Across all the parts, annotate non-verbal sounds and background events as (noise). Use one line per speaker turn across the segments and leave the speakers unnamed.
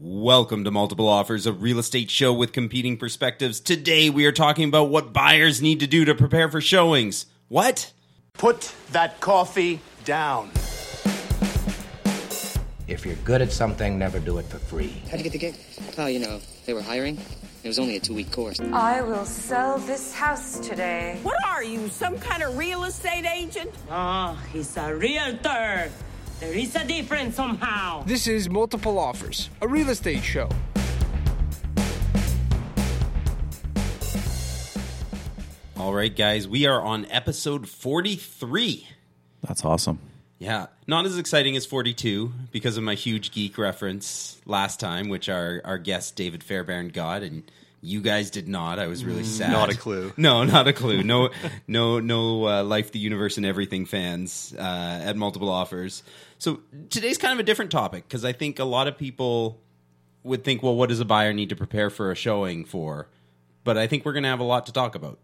Welcome to Multiple Offers, a real estate show with competing perspectives. Today we are talking about what buyers need to do to prepare for showings. What?
Put that coffee down.
If you're good at something, never do it for free.
How'd you get the gig? Oh, you know, they were hiring. It was only a two week course.
I will sell this house today.
What are you, some kind of real estate agent?
Ah, he's a realtor. There is a difference somehow.
This is Multiple Offers, a real estate show.
All right, guys, we are on episode 43.
That's awesome.
Yeah, not as exciting as 42 because of my huge geek reference last time, which our, our guest David Fairbairn got, and you guys did not. I was really sad.
Mm. Not a clue.
(laughs) No, not a clue. No, no, no. Uh, Life, the universe, and everything fans uh, at multiple offers. So today's kind of a different topic because I think a lot of people would think, well, what does a buyer need to prepare for a showing for? But I think we're going to have a lot to talk about.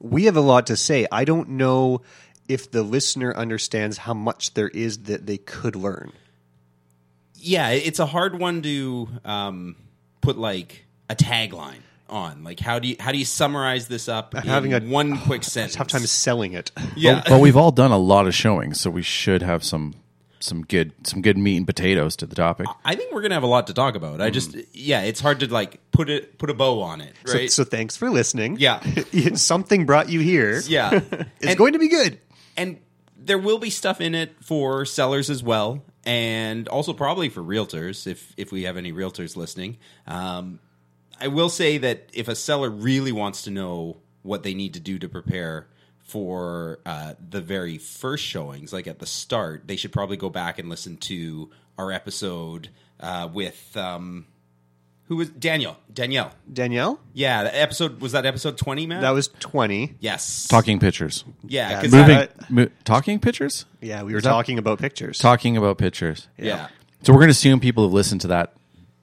We have a lot to say. I don't know if the listener understands how much there is that they could learn.
yeah, it's a hard one to um, put like a tagline on. Like, how do you how do you summarize this up? in
Uh, having a- (sighs)
one quick sentence.
Tough time
(laughs)
selling it.
Yeah,
But we've all done a lot of showings, so we should have some some good some good meat and potatoes to the topic.
I think we're gonna have a lot to talk about. I just yeah, it's hard to like put it put a bow on it,
Mm-hmm. So,
right?
so thanks for listening.
Yeah.
(laughs) If something brought you here.
yeah,
(laughs) It's going to be good.
and there will be stuff in it for sellers as well, and also probably for realtors if if we have any realtors listening. Um, I will say that if a seller really wants to know what they need to do to prepare for uh, the very first showings, like at the start, they should probably go back and listen to our episode uh, with um, who was Daniel Danielle.
Danielle,
Yeah, the episode was that episode twenty, man.
that was 20.
yes.
Talking pictures,
Yeah,
Yeah,
'cause
moving,
I-
mo- talking pictures,
Yeah, we were
Is that-
talking about pictures.
talking about pictures.
yeah.
So we're going to assume people have listened to that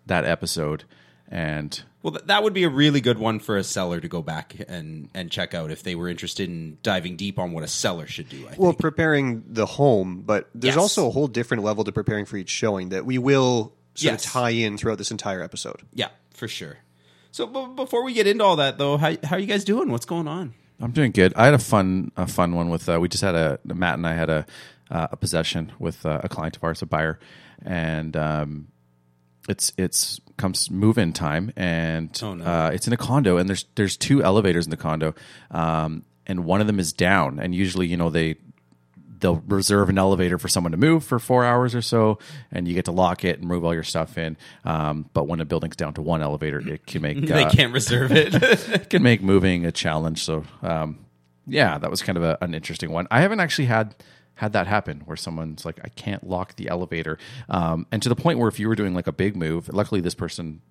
that episode, and
Well, th- that would be a really good one for a seller to go back and and check out if they were interested in diving deep on what a seller should do. I think.
Well, preparing the home, but there's
Yes.
also a whole different level to preparing for each showing that we will sort
Yes.
of tie in throughout this entire episode.
yeah, for sure. So, b- before we get into all that, though, how how are you guys doing? What's going on?
I'm doing good. I had a fun a fun one with uh, we just had a Matt and I had a uh, a possession with uh, a client of ours, a buyer, and um, it's it's comes move in time, and
Oh, no.
uh, it's in a condo, and there's there's two elevators in the condo, um, and one of them is down, and usually you know they they'll reserve an elevator for someone to move for four hours or so, and you get to lock it and move all your stuff in. Um, but when a building's down to one elevator, it can make
(laughs) they
uh,
can't reserve
(laughs)
it. (laughs)
can make moving a challenge. So, um, yeah, that was kind of a, an interesting one. I haven't actually had had that happen where someone's like, I can't lock the elevator, um, and to the point where if you were doing like a big move, luckily this person.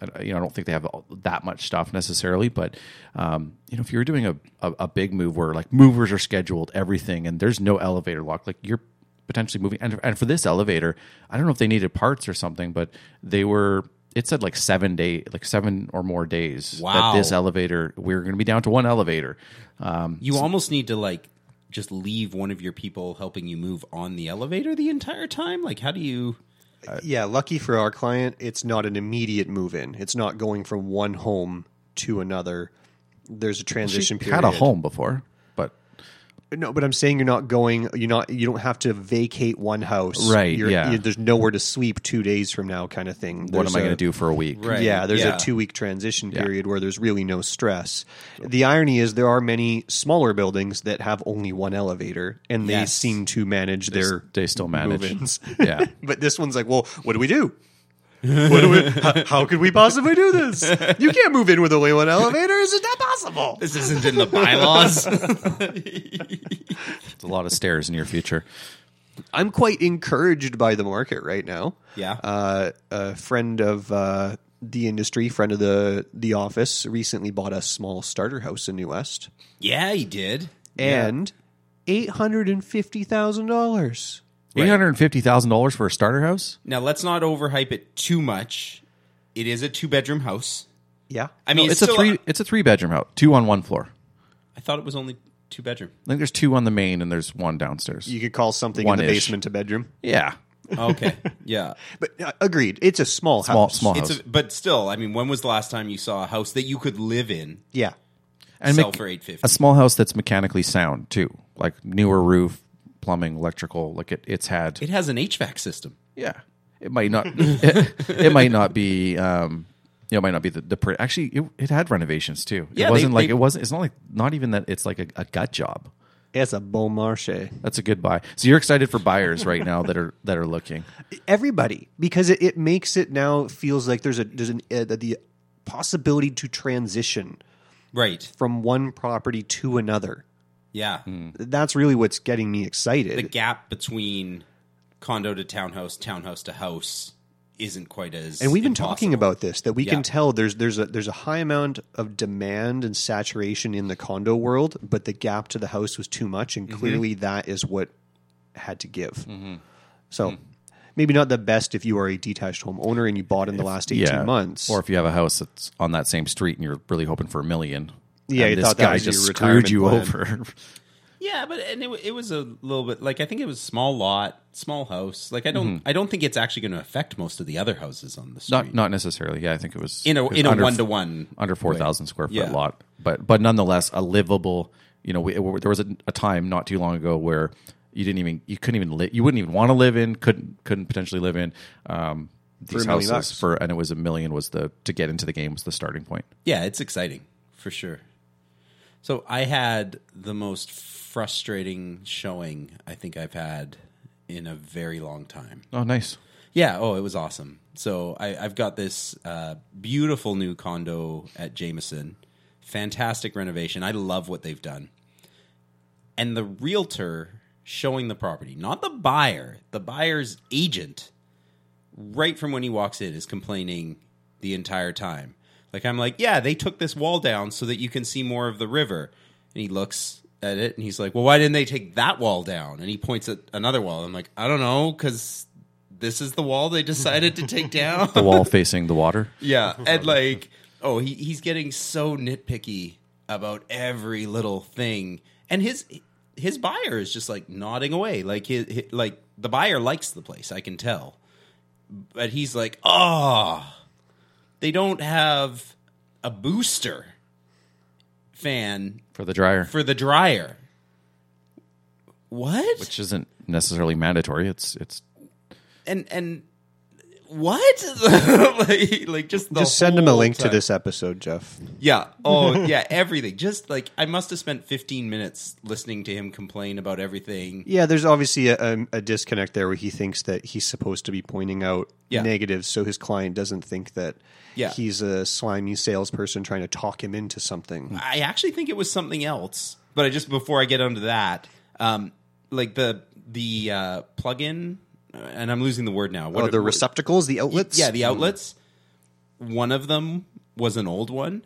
I- You know, I don't think they have all- that much stuff necessarily, but um, you know, if you're doing a, a, a big move where like movers are scheduled, everything, and there's no elevator lock, like you're potentially moving. And, and for this elevator, I don't know if they needed parts or something, but they were. It said like seven day, like seven or more days
Wow.
that this elevator we were going to be down to one elevator. Um,
you almost need to like just leave one of your people helping you move on the elevator the entire time. Like, how do you?
Uh,
yeah, lucky for our client, it's not an immediate move in. It's not going from one home to another. There's a
she
transition period.
had a home before, but
No, but I'm saying you're not going. You're not. You don't have to vacate one house.
Right,
You're,
yeah.
you- there's nowhere to sleep two days from now, kind of thing.
what
There's
am I going
a-
to do for a week?
Right.
Yeah, there's
Yeah.
a two week transition period where there's really no stress. The irony is there are many smaller buildings that have only one elevator, and they
Yes.
seem to manage their
They still manage.
move-ins.
(laughs)
(laughs)
yeah,
But this one's like, well, what do we do? What do we, how, how could we possibly do this? You can't move in with only one elevator. Is it not possible?
This isn't in the bylaws.
it's a lot of stairs in your future.
I'm quite encouraged by the market right now.
(laughs) yeah.
Uh, a friend of uh, the industry, friend of the the office, recently bought a small starter house in New West,
yeah, he did.
and eight hundred and fifty thousand dollars.
Eight hundred fifty thousand dollars for a starter house.
Now, let's not overhype it too much. It is a two bedroom house.
Yeah,
I mean,
it's a
still
three. it's a three bedroom house, two on one floor.
I thought it was only two bedroom.
I think there's two on the main and there's one downstairs.
you could call something in the
One-ish.
basement a bedroom.
yeah,
Okay. Yeah.
But uh, agreed, it's a small,
Small,
house.
small house.
It's a, but still, I mean, when was the last time you saw a house that you could live in
Yeah,
and
sell
mech-
for 850?
a small house that's mechanically sound too, like newer roof, plumbing, electrical. Like it, it's had.
It has an HVAC system.
yeah, it might not. it, (laughs) it might not be. Um, you know, it might not be the, the pr- actually it, it had renovations too.
Yeah,
it
they-
wasn't like
they-
it wasn't. It's not like not even that. It's like a, a gut job.
it's a bon marché.
That's a good buy. So you're excited
(laughs)
for buyers right now that are that are looking.
Everybody, because it, it makes it now feels like there's a there's an uh, the possibility to transition
Right.
from one property to another.
Yeah.
That's really what's getting me
The
excited.
gap between condo to townhouse, townhouse to house isn't quite as.
and we've been
impossible.
talking about this that we
Yeah.
can tell there's there's a there's a high amount of demand and saturation in the condo world, but the gap to the house was too much, and
Mm-hmm.
clearly that is what had to give. So
Mm-hmm.
maybe not the best if you are a detached home owner and you bought in the last eighteen months,
Or if you have a house that's on that same street and you're really hoping for a million.
Yeah,
and
you
this
thought that
guy
was your
just
retirement
screwed you
plan.
over.
Yeah, but and it, wa- it was a little bit like I think it was small lot, small house. Like I don't, I don't think it's actually going to affect most of the other houses on the street.
not not necessarily. Yeah, I think it was
in
it
a
was
in a
under-
one to one.
under four thousand square foot
Yeah.
lot, but but nonetheless a livable. You know, we, it- there was a, a time not too long ago where you didn't even you couldn't even live you wouldn't even want to live in couldn't couldn't potentially live in um, these
a
houses
million bucks.
for and it was a million was the to get into the game was the starting point.
Yeah, it's exciting for sure. So I had the most frustrating showing I think I've had in a very long time.
Oh, nice.
Yeah. Oh, it was awesome. So I, I've got this uh, beautiful new condo at Jameson. Fantastic renovation. I love what they've done. And the realtor showing the property, not the buyer, the buyer's agent, right from when he walks in, is complaining the entire time. Like, I'm like, yeah, they took this wall down so that you can see more of the river. And he looks at it and he's like, well, why didn't they take that wall down? And he points at another wall. I'm like, I don't know, because this is the wall they (laughs) decided to take down.
The wall facing
(laughs)
the water.
yeah, and like, oh, he, he's getting so nitpicky about every little thing, and his his buyer is just like nodding away, like his, hi- like the buyer likes the place, I can tell, but he's like, ah, they don't have a booster fan
For the dryer,
for the dryer. What?
which isn't necessarily mandatory. It's it's
and and what? (laughs) like, like just the
just send him a
whole
link to
time.
this episode, Jeff.
Yeah.
(laughs)
Oh, yeah. Everything. Just like I must have spent 15 minutes listening to him complain about everything.
Yeah, there's obviously a, a, a disconnect there where he thinks that he's supposed to be pointing out
Yeah.
negatives, so his client doesn't think that
Yeah.
he's a slimy salesperson trying to talk him into something.
I actually think it was something else, but I just before I get onto that, um, like the the uh, plug-in, and I'm losing the word now.
Oh,
What
the Mm.
what-
receptacles, the outlets.
Yeah, the outlets. One of them was an old one,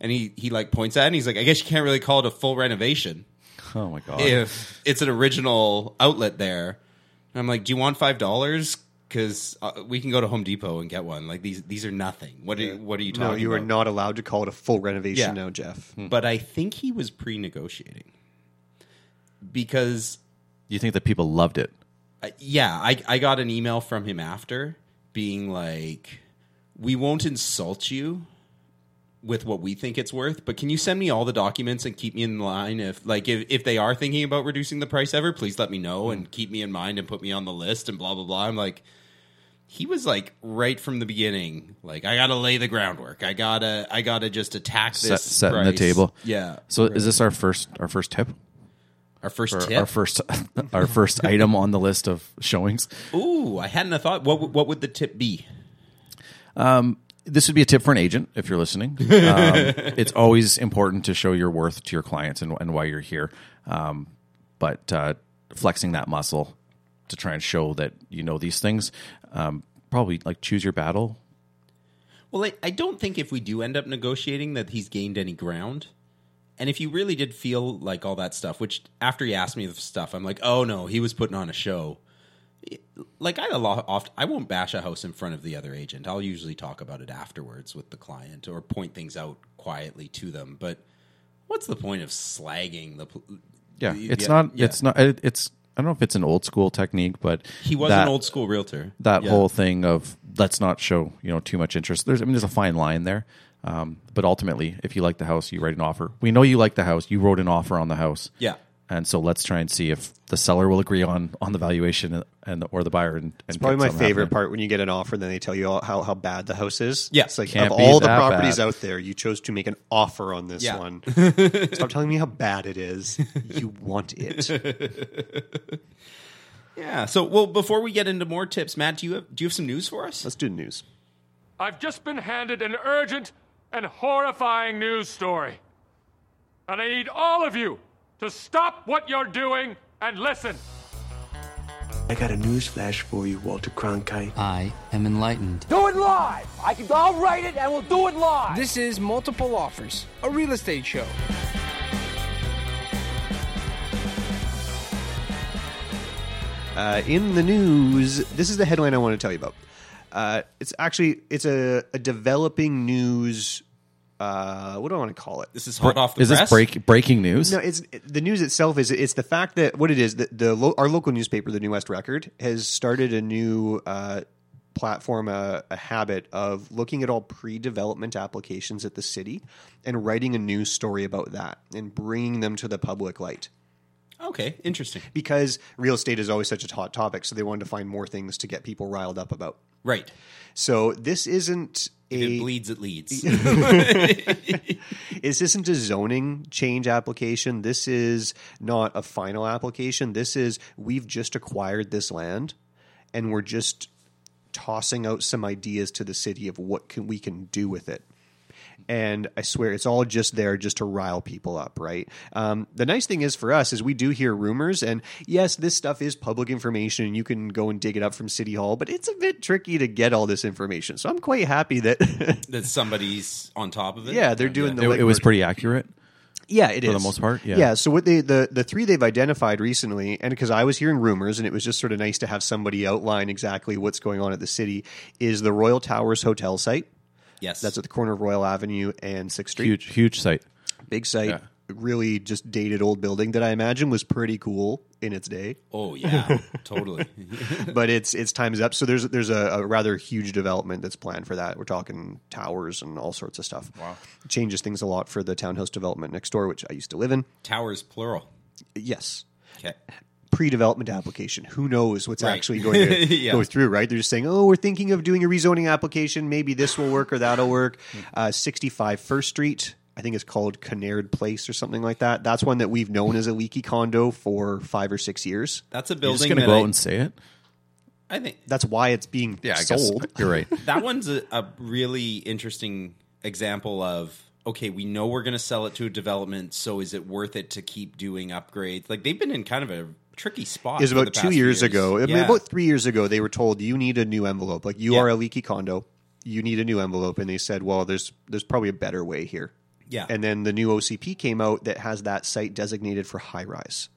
and he he like points at it and he's like, I guess you can't really call it a full renovation.
oh my god.
if it's an original outlet there. And I'm like, do you want five dollars? Because uh, we can go to Home Depot and get one. Like these, these are nothing. What are what are you talking?
no, you are
about?
not allowed to call it a full renovation
Yeah.
now, Jeff.
But I think he was pre-negotiating because
You think that people loved it?
uh, yeah, I I got an email from him after being like, "We won't insult you with what we think it's worth, but can you send me all the documents and keep me in line if like if, if they are thinking about reducing the price ever, please let me know and keep me in mind and put me on the list and blah blah blah." I'm like he was like right from the beginning, like I gotta lay the groundwork. I gotta, I gotta just attack
Set,
this.
setting the
price."
table.
Yeah.
So is this our first our first tip?
Our first
Our-
tip.
Our first (laughs) our first item on the list of showings.
Ooh, I hadn't a thought. What would- what would the tip be?
this would be a tip for an agent if you're listening. Um,
(laughs)
it's always important to show your worth to your clients and, and why you're here. Um, but uh, flexing that muscle to try and show that you know these things, um, probably like choose your battle.
Well, I, I don't think if we do end up negotiating that he's gained any ground. And if you really did feel like all that stuff, which after he asked me the stuff, I'm like, oh no, he was putting on a show. Like I lo- oft, I won't bash a house in front of the other agent. I'll usually talk about it afterwards with the client or point things out quietly to them. But what's the point of slagging the? pl-
Yeah,
the-
it's not.
yeah.
It's not. It, it's I don't know if it's an old school technique, but
He was
that-
an old school realtor.
that
Yeah.
whole thing of let's not show you know too much interest. There's I mean there's a fine line there, um, but ultimately if you like the house, you write an offer. We know you like the house. You wrote an offer on the house.
Yeah.
And so let's try and see if the seller will agree on on the valuation and or the buyer. And, and
Probably
get
my
something
favorite
happening.
part when you get an offer, then they tell you all how, how bad the house is.
Yeah.
it's like
Can't
of
be
all the
that
properties
bad.
out there, you chose to make an offer on this
Yeah. (laughs)
one. Stop telling me how bad it is. You want it.
Yeah. So, well, before we get into more tips, Matt, do you have do you have some news for us?
Let's do news.
I've just been handed an urgent and horrifying news story. And I need all of you to stop what you're doing and listen.
I got a news flash for you, Walter Cronkite.
I am enlightened.
Do it live! I can, I'll write it and we'll do it live! This is Multiple Offers, a real estate show.
Uh, in the news, this is the headline I want to tell you about. Uh, it's actually it's a, a developing news. Uh, what do I want to call it?
This is hot off the
Is
press.
this break breaking news?
No, it's the news itself is it's the fact that what it is that the lo- our local newspaper, the New West Record, has started a new uh, platform, uh, a, a habit of looking at all pre-development applications at the city and writing a news story about that and bringing them to the public light
Okay, interesting.
because real estate is always such a hot topic, so they wanted to find more things to get people riled up about.
Right.
So this isn't
If it
a
bleeds, it
(laughs)
leads.
this isn't a zoning change application. This is not a final application. This is we've just acquired this land and we're just tossing out some ideas to the city of what can we can do with it. And I swear it's all just there just to rile people up, right? Um, the nice thing is for us is we do hear rumors, and yes, this stuff is public information, and you can go and dig it up from City Hall, but it's a bit tricky to get all this information. So I'm quite happy that (laughs)
that somebody's on top of it.
yeah, they're doing the
It, it was
legwork.
pretty accurate.
Yeah, it is
the most part, yeah.
So what they the the three they've identified recently, and because I was hearing rumors, and it was just sort of nice to have somebody outline exactly what's going on at the city, is the Royal Towers Hotel site.
Yes.
That's at the corner of Royal Avenue and Sixth Street.
Huge huge site.
Big site,
Yeah.
really just dated old building that I imagine was pretty cool in its
(laughs)
day,
Oh
(laughs)
yeah, totally.
but it's it's time's up. So there's there's a, a rather huge development that's planned for that. We're talking towers and all sorts of stuff. Wow, changes things a lot for the townhouse development next door, which I used to live in.
Towers plural.
Yes.
Okay.
pre-development application. Who knows what's
Right.
actually going to
(laughs) Yeah.
go through, right? They're just saying, oh, we're thinking of doing a rezoning application. Maybe this will work or that'll work.
Mm.
Uh, 65 First Street, I think it's called Canard Place or something like that. That's one that we've known as a leaky condo for five or six years.
That's a
You're just
building.
gonna
that
go
I,
out and say it.
I think
That's why it's being
(laughs)
sold.
you're (laughs) right.
that one's a, a really interesting example of okay, we know we're going to sell it to a development, so is it worth it to keep doing upgrades? Like they've been in kind of a tricky spot.
Is
for the
about two
past
years, ago. I mean,
Yeah.
about three years ago, they were told you need a new envelope. Like you
Yeah.
are a leaky condo, you need a new envelope, and they said, well, there's there's probably a better way here.
yeah,
And then the new OCP came out that has that site designated for high rise.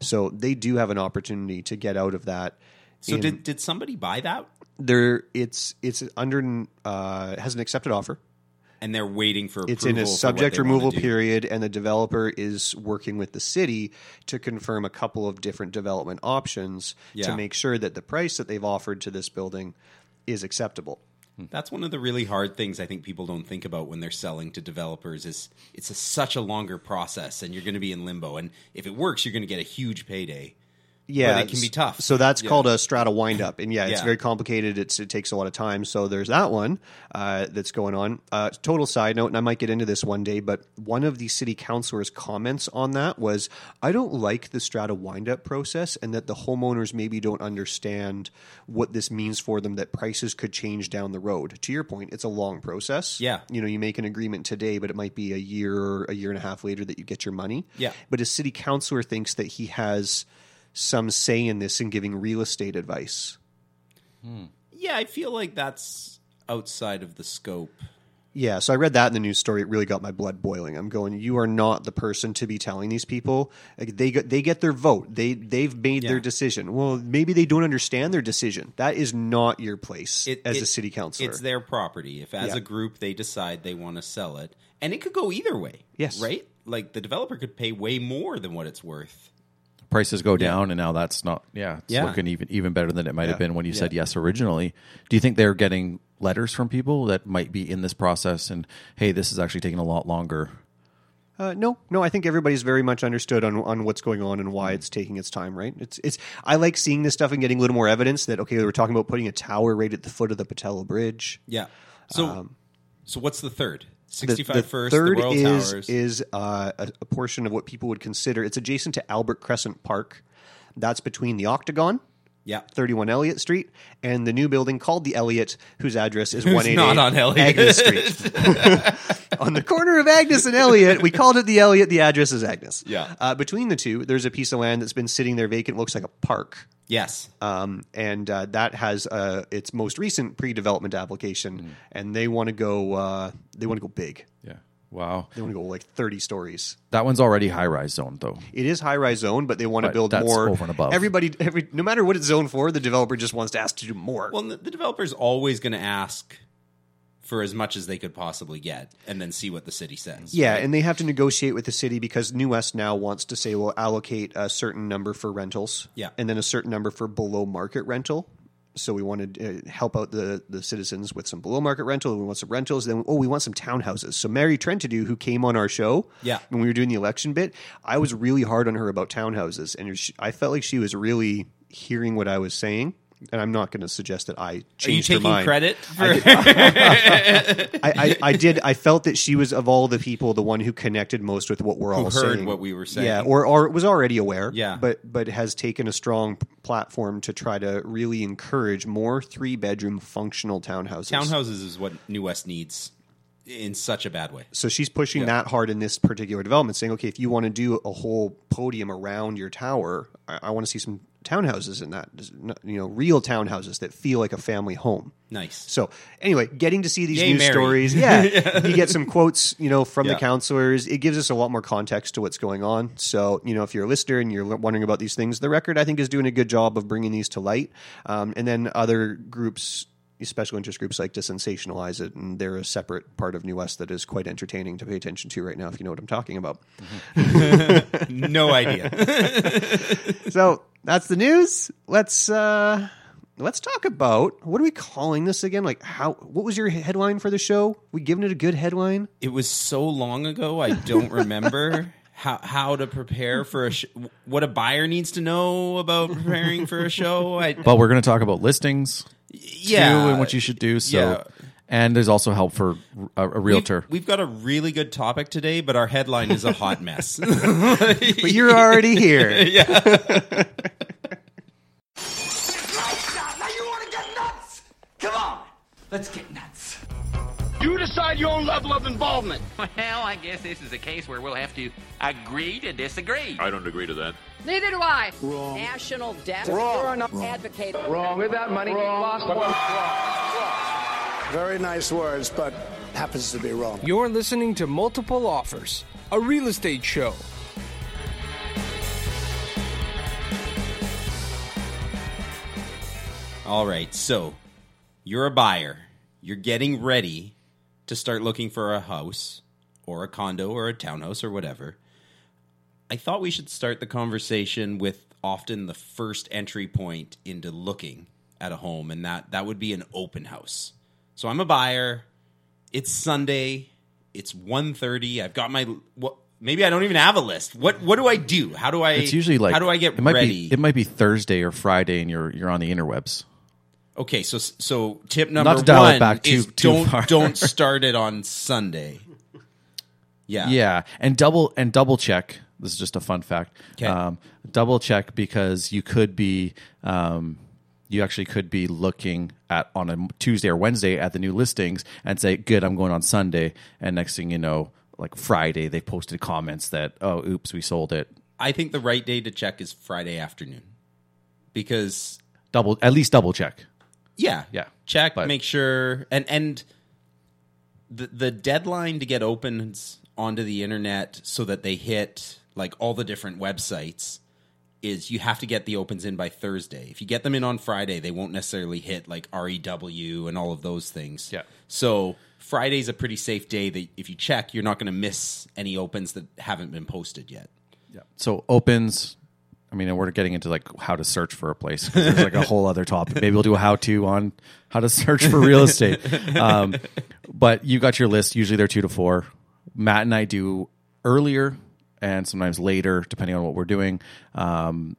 So they do have an opportunity to get out of that.
so
in-
did did somebody buy that?
there it's it's under uh, has an accepted offer.
And they're waiting for
It's
approval
in a
for what
subject
they wanna
removal
do.
period, and the developer is working with the city to confirm a couple of different development options
Yeah.
to make sure that the price that they've offered to this building is acceptable.
That's one of the really hard things I think people don't think about when they're selling to developers is it's a, such a longer process and you're going to be in limbo and if it works you're going to get a huge payday.
Yeah,
it can be tough.
So that's
Yeah.
called a strata wind up, and yeah, it's
Yeah.
very complicated. It's it takes a lot of time. So there's that one uh, that's going on. Uh, total side note, and I might get into this one day, but one of the city councilors' comments on that was, "I don't like the strata wind up process, and that the homeowners maybe don't understand what this means for them. That prices could change down the road. To your point, it's a long process.
Yeah.
you know, you make an agreement today, but it might be a year, a year and a half later that you get your money.
Yeah.
but a city councilor thinks that he has." some say in this in giving real estate advice.
Yeah, I feel like that's outside of the scope.
Yeah, so I read that in the news story. It really got my blood boiling. I'm going, you are not the person to be telling these people. Like they get, they get their vote. They they've made
Yeah.
their decision. Well, maybe they don't understand their decision. That is not your place
It-
as
it-
a city councilor.
It's their property. If as
Yeah.
a group they decide they want to sell it and it could go either way.
Yes.
Right? Like the developer could pay way more than what it's worth.
prices go down, and now that's not. Yeah, it's
Yeah.
looking even even better than it might have
Yeah.
been when you said yes originally. Do you think they're getting letters from people that might be in this process and hey, this is actually taking a lot longer?
Uh, no, no. I think everybody's very much understood on on what's going on and why it's taking its time. Right? It's it's. I like seeing this stuff and getting a little more evidence that okay, they were talking about putting a tower right at the foot of the Patella Bridge.
Yeah. So, so what's the third?
Um, The-
65
the
first,
third
the Royal
is
Towers.
is uh, a, a portion of what people would consider. It's adjacent to Albert Crescent Park. That's between the Octagon.
yeah.
31 Elliott Street, and the new building called the Elliott, whose address is
Who's
188
not on Elliott.
Agnes Street. on the corner of Agnes and Elliott, we called it the Elliott, the address is Agnes.
Yeah.
Uh, between the two, there's a piece of land that's been sitting there vacant, looks like a park.
Yes.
Um, and uh, that has uh, its most recent pre-development application, and they want to go. Uh, they want to go big.
Yeah. Wow.
They want to go like thirty stories.
That one's already high rise zone though.
It is high-rise zone, but they want to
Right,
build
that's
more.
over and above.
Everybody, every, no matter what it's zoned for, the developer just wants to ask to do more.
Well, the the developer's always going to ask for as much as they could possibly get and then see what the city says.
Yeah, and they have to negotiate with the city because New West now wants to say we'll allocate a certain number for rentals,
Yeah.
and then a certain number for below market rental. So we want to uh, help out the the citizens with some below market rental. and We want some rentals. Then oh, we want some townhouses. So Mary Trentadue, who came on our show,
Yeah.
when we were doing the election bit, I was really hard on her about townhouses, and she, I felt like she was really hearing what I was saying. And I'm not going to suggest that I
Are you
changed her
taking
mind.
credit for (laughs)
I, I, I did. I felt that she was of all the people the one who connected most with what we're all
heard
saying.
what we were saying.
Yeah, or or was already aware.
Yeah.
but but has taken a strong p- platform to try to really encourage more three bedroom functional townhouses.
townhouses is what New West needs in such a bad way.
So she's pushing that hard in this particular development, saying, okay, if you want to do a whole podium around your tower, I, I want to see some townhouses in that. Just n- You know, real townhouses that feel like a family home.
Nice.
So anyway, getting to see these
Yay,
news
Mary. (laughs)
stories, yeah, you get some quotes, you know, from
Yeah.
the counselors. It gives us a lot more context to what's going on. So you know, if you're a listener and you're wondering about these things, the record I think is doing a good job of bringing these to light. Um, and then other groups, special interest groups, like to sensationalize it, and they're a separate part of New West that is quite entertaining to pay attention to right now, if you know what I'm talking about.
No idea.
so that's the news. Let's. uh Let's talk about what are we calling this again? Like, how? What was your headline for the show? We giving it a good headline?
it was so long ago, I don't remember. How, how to prepare for a sh- what a buyer needs to know about preparing for a show I
But we're going to talk about listings
yeah
too and what you should do. So,
Yeah.
and there's also help for a, a realtor.
We've, we've got a really good topic today, but our headline is a hot mess.
But you're
(laughs)
already here.
Now you want to get nuts? Come on, let's get nuts.
You decide your own level of involvement.
Well, I guess this is a case where we'll have to agree to disagree.
I don't agree to that.
Neither do I. Wrong. National debt. Wrong. You're an advocate.
Wrong with that money. Wrong. Very nice words, but happens to be wrong.
You're listening to Multiple Offers, a real estate show.
All right, so you're a buyer. You're getting ready to start looking for a house or a condo or a townhouse or whatever. I thought we should start the conversation with often the first entry point into looking at a home, and that, that would be an open house. So I'm a buyer. It's Sunday. It's 1.30. I've got my what, maybe I don't even have a list. What what do I do? How do I
it's usually like
how do I get
it might
ready?
Be, it might be Thursday or Friday, and you're you're on the interwebs.
Okay, so so tip number
to dial it
one
back too-
is
too
don't
far. (laughs)
don't start it on Sunday. Yeah,
Yeah, and double and double check. This is just a fun fact.
'Kay.
Um, double check because you could be, um, you actually could be looking at on a Tuesday or Wednesday at the new listings and say, "Good, I'm going on Sunday." And next thing you know, like Friday, they posted comments that, "Oh, oops, we sold it."
I think the right day to check is Friday afternoon because
Double at least double check.
yeah,
Yeah,
check,
but-
make sure, and and the the deadline to get opens onto the internet so that they hit like all the different websites is you have to get the opens in by Thursday. If you get them in on Friday, they won't necessarily hit like REW and all of those things.
Yeah.
So Friday's a pretty safe day that if you check, you're not going to miss any opens that haven't been posted yet.
So opens I mean, we're getting into like how to search for a place. 'cause There's like a whole other topic. Maybe we'll do a how to on how to search for real estate. Um, but you got your list. Usually they're two to four. Matt and I do earlier and sometimes later, depending on what we're doing. Um,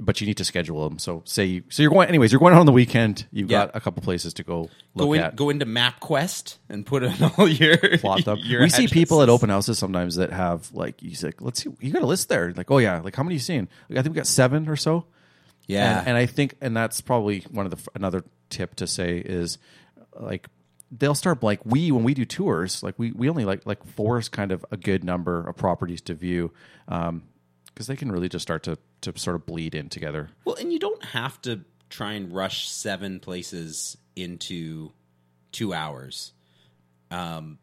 but you need to schedule them. So say you, so you're going anyways. You're going out on the weekend. You've
Yeah.
got a couple places to go look
Go in,
at.
go into MapQuest and put in (laughs) all your
plot them.
(laughs) your
we see people at
addresses.
open houses sometimes that have like you say, let's see, you got a list there. Like, oh yeah, like how many you seen? Like, I think we got seven or so.
Yeah.
and, and I think, and that's probably one of the another tip to say is like they'll start like we when we do tours, like we we only like like four is kind of a good number of properties to view, because they can really just start to to sort of bleed in together.
Well, and you don't have to try and rush seven places into two hours, um,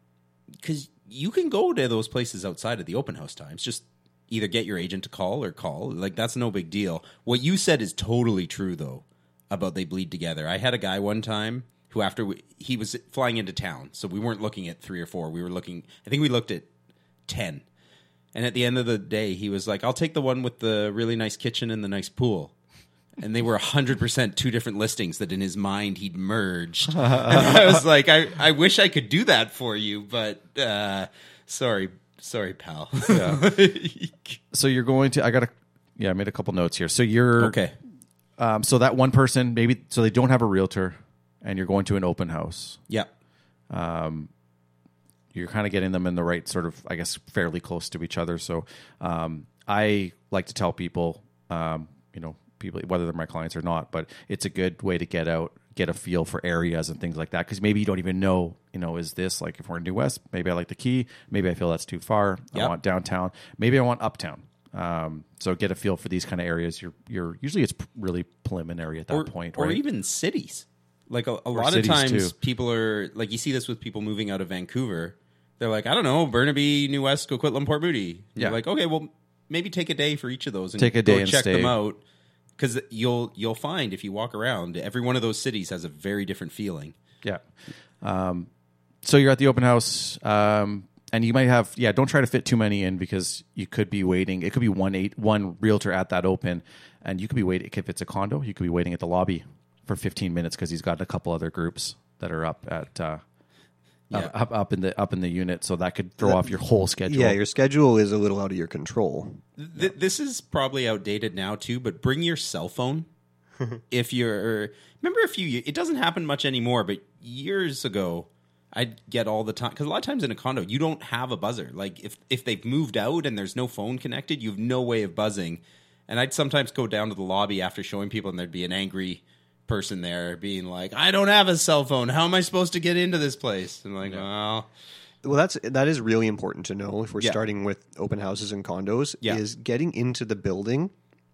because you can go to those places outside of the open house times. Just either get your agent to call or call. Like that's no big deal. What you said is totally true though about they bleed together. I had a guy one time who after we, he was flying into town, so we weren't looking at three or four. We were looking. I think we looked at ten. And at the end of the day, he was like, I'll take the one with the really nice kitchen and the nice pool. And they were 100% two different listings that in his mind he'd merged. (laughs) And I was like, I, I wish I could do that for you, but uh, sorry, sorry, pal. (laughs)
So you're going to. I got a. Yeah, I made a couple notes here. So you're
Okay.
Um, so that one person, maybe, so they don't have a realtor, and you're going to an open house.
Yep.
Um, you're kind of getting them in the right sort of, I guess, fairly close to each other. So um, I like to tell people, um, you know, people whether they're my clients or not, but it's a good way to get out, get a feel for areas and things like that. Because maybe you don't even know, you know, is this like if we're in New West, maybe I like the Key, maybe I feel that's too far. I
Yep.
want downtown, maybe I want uptown. Um, so get a feel for these kind of areas. You're you're usually it's really preliminary at that
or,
point,
or
right?
even cities. Like a, a lot of
cities,
times,
too.
people are like you see this with people moving out of Vancouver. They're like, I don't know, Burnaby, New West, Coquitlam, Port Moody. And
Yeah.
You're like, okay, well, maybe take a day for each of those and
Take a
go
day and
check
stay.
them out because you'll you'll find if you walk around, every one of those cities has a very different feeling.
Yeah. Um, so you're at the open house, um, and you might have yeah. Don't try to fit too many in because you could be waiting. It could be one eight one realtor at that open, and you could be waiting if it's a condo. You could be waiting at the lobby for 15 minutes because he's got a couple other groups that are up at. Uh, up- Up, up in the up in the unit, so that could throw off your whole schedule.
Yeah, your schedule is a little out of your control.
Th- this is probably outdated now too, but bring your cell
(laughs)
phone. if you're remember a few years, it doesn't happen much anymore, but years ago, I'd get all the time because a lot of times in a condo you don't have a buzzer. Like if if they've moved out and there's no phone connected, you have no way of buzzing. And I'd sometimes go down to the lobby after showing people, and there'd be an angry person there being like, "I don't have a cell phone. How am I supposed to get into this place?" And I'm like, well,
Well, that's that is really important to know if we're
Yeah.
starting with open houses and condos.
Yeah.
Is getting into the building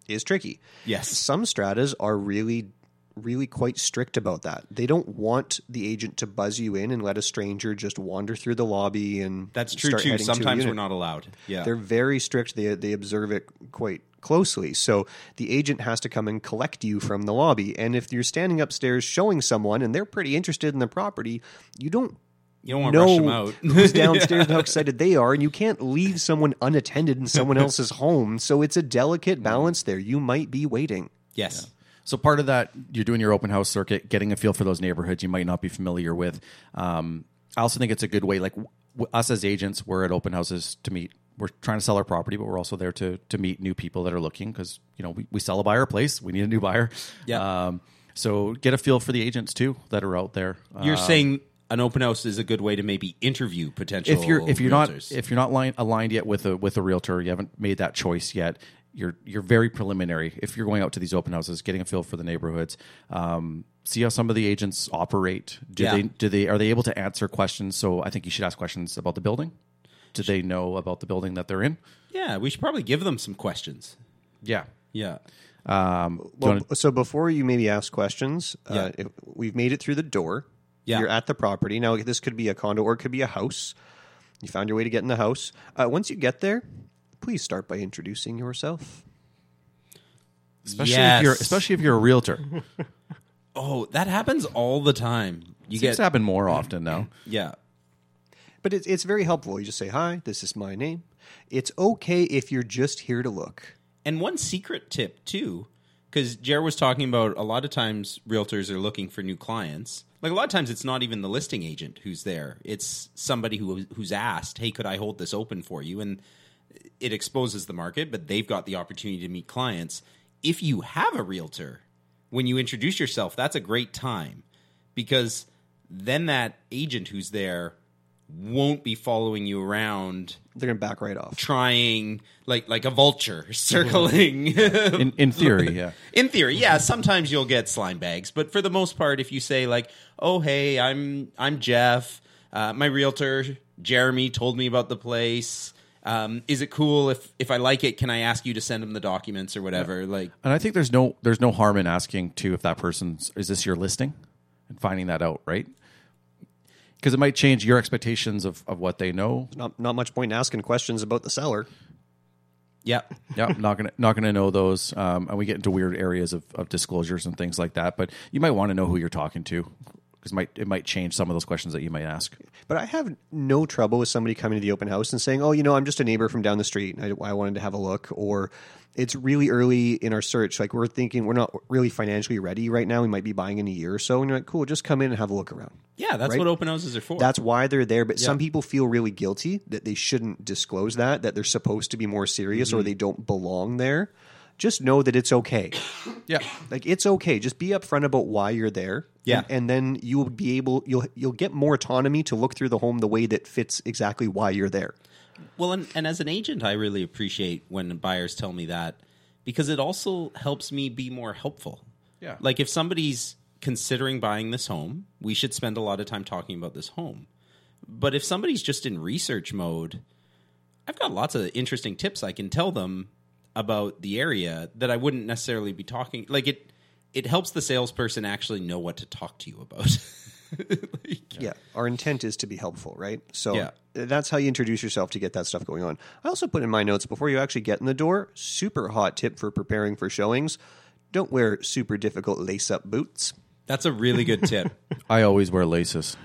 is tricky.
Yes.
some stratas are really, really quite strict about that. They don't want the agent to buzz you in and let a stranger just wander through the lobby and
that's true
start
too.
heading to a
Sometimes we're
unit.
not allowed. Yeah,
They're very strict. They they observe it quite closely. So the agent has to come and collect you from the lobby. And if you're standing upstairs showing someone and they're pretty interested in the property, you don't
you don't want to rush them
know
out.
(laughs)
(laughs)
who's downstairs and how excited they are, and you can't leave someone unattended
(laughs)
in someone else's home. So it's a delicate balance there. You might be waiting.
yes.
So part of that, you're doing your open house circuit, getting a feel for those neighborhoods you might not be familiar with. Um, I also think it's a good way, like w- us as agents, we're at open houses to meet. We're trying to sell our property, but we're also there to to meet new people that are looking because you know we, we sell a buyer a place, we need a new buyer.
Yeah.
Um, so get a feel for the agents too that are out there.
You're
Um,
saying an open house is a good way to maybe interview potential.
if you're if you're
realtors.
not if you're not line, aligned yet with a with a realtor, you haven't made that choice yet. You're you're very preliminary. If you're going out to these open houses, getting a feel for the neighborhoods, um, see how some of the agents operate. Do
Yeah.
they do they are they able to answer questions? So I think you should ask questions about the building. Do they know about the building that they're in?
yeah, we should probably give them some questions.
Yeah.
Yeah,
Um, do you
Well,
wanna-
so before you maybe ask questions, uh,
Yeah.
if we've made it through the door.
Yeah.
You're at the property. Now, this could be a condo or it could be a house. You found your way to get in the house. Uh, once you get there, please start by introducing yourself.
especially
Yes.
if you're especially if you're
(laughs)
a realtor,
Oh, that happens all the time. You
seems
get
to happen more
(laughs)
often now.
yeah.
But it's, it's very helpful. You just say, Hi, this is my name. It's okay if you're just here to look.
And one secret tip too, because Jer was talking about a lot of times realtors are looking for new clients. Like a lot of times, it's not even the listing agent who's there; it's somebody who who's asked, "Hey, could I hold this open for you?" And it exposes the market, but they've got the opportunity to meet clients. If you have a realtor, when you introduce yourself, that's a great time because then that agent who's there won't be following you around.
They're gonna back right off,
trying like like a vulture (laughs) circling.
in, in theory, yeah.
In theory, yeah. Sometimes you'll get slime bags, but for the most part, if you say like, "Oh, hey, I'm I'm Jeff. Uh, my realtor Jeremy told me about the place." Um, is it cool if if I like it? Can I ask you to send him the documents or whatever? Like,
And I think there's no there's no harm in asking too if that person's is this your listing and finding that out, right? Because it might change your expectations of, of what they know.
Not not much point in asking questions about the seller.
yeah,
Yeah, not gonna not gonna know those. Um, and we get into weird areas of, of disclosures and things like that. But you might want to know who you're talking to because might it might change some of those questions that you might ask.
But I have no trouble with somebody coming to the open house and saying, "Oh, you know, I'm just a neighbor from down the street. and I, I wanted to have a look." Or it's really early in our search. Like we're thinking we're not really financially ready right now. We might be buying in a year or so. And you're like, "Cool, just come in and have a look around."
yeah. That's
Right.
what open houses are for.
That's why they're there. But some people feel really guilty that they shouldn't disclose that, that they're supposed to be more serious or they don't belong there. Just know that it's okay.
Yeah,
Like it's okay. Just be upfront about why you're there.
Yeah.
And, and then you'll be able you'll you'll get more autonomy to look through the home the way that fits exactly why you're there.
Well, and, and as an agent, I really appreciate when buyers tell me that because it also helps me be more helpful.
Yeah.
Like if somebody's considering buying this home, we should spend a lot of time talking about this home. But if somebody's just in research mode, I've got lots of interesting tips I can tell them about the area that I wouldn't necessarily be talking like it it helps the salesperson actually know what to talk to you about. (laughs) Like-
Yeah. Our intent is to be helpful, right? So
Yeah.
that's how you introduce yourself to get that stuff going on. I also put in my notes before you actually get in the door, super hot tip for preparing for showings. Don't wear super difficult lace up boots.
That's a really good tip.
I always wear laces,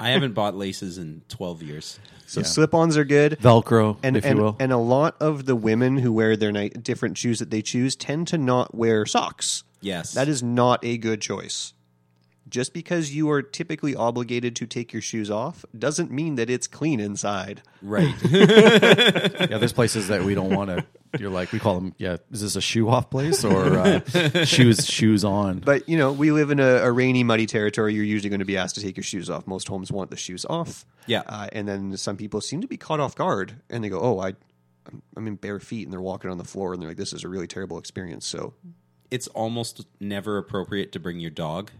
I haven't bought laces in 12 years.
So slip ons are good.
Velcro,
and,
if
and,
you will.
and a lot of the women who wear their ni- different shoes that they choose tend to not wear socks.
Yes.
That is not a good choice. Just because you are typically obligated to take your shoes off doesn't mean that it's clean inside.
right.
yeah, there's places that we don't want to. You're like we call them. Yeah, is this a shoe off
(laughs)
place or uh, shoes shoes on?
But, you know, we live in a, a rainy, muddy territory. You're usually going to be asked to take your shoes off. Most homes want the shoes off.
Yeah.
Uh, and then some people seem to be caught off guard and they go, oh, I, I'm, I'm in bare feet. And they're walking on the floor and they're like, this is a really terrible experience. So
it's almost never appropriate to bring your dog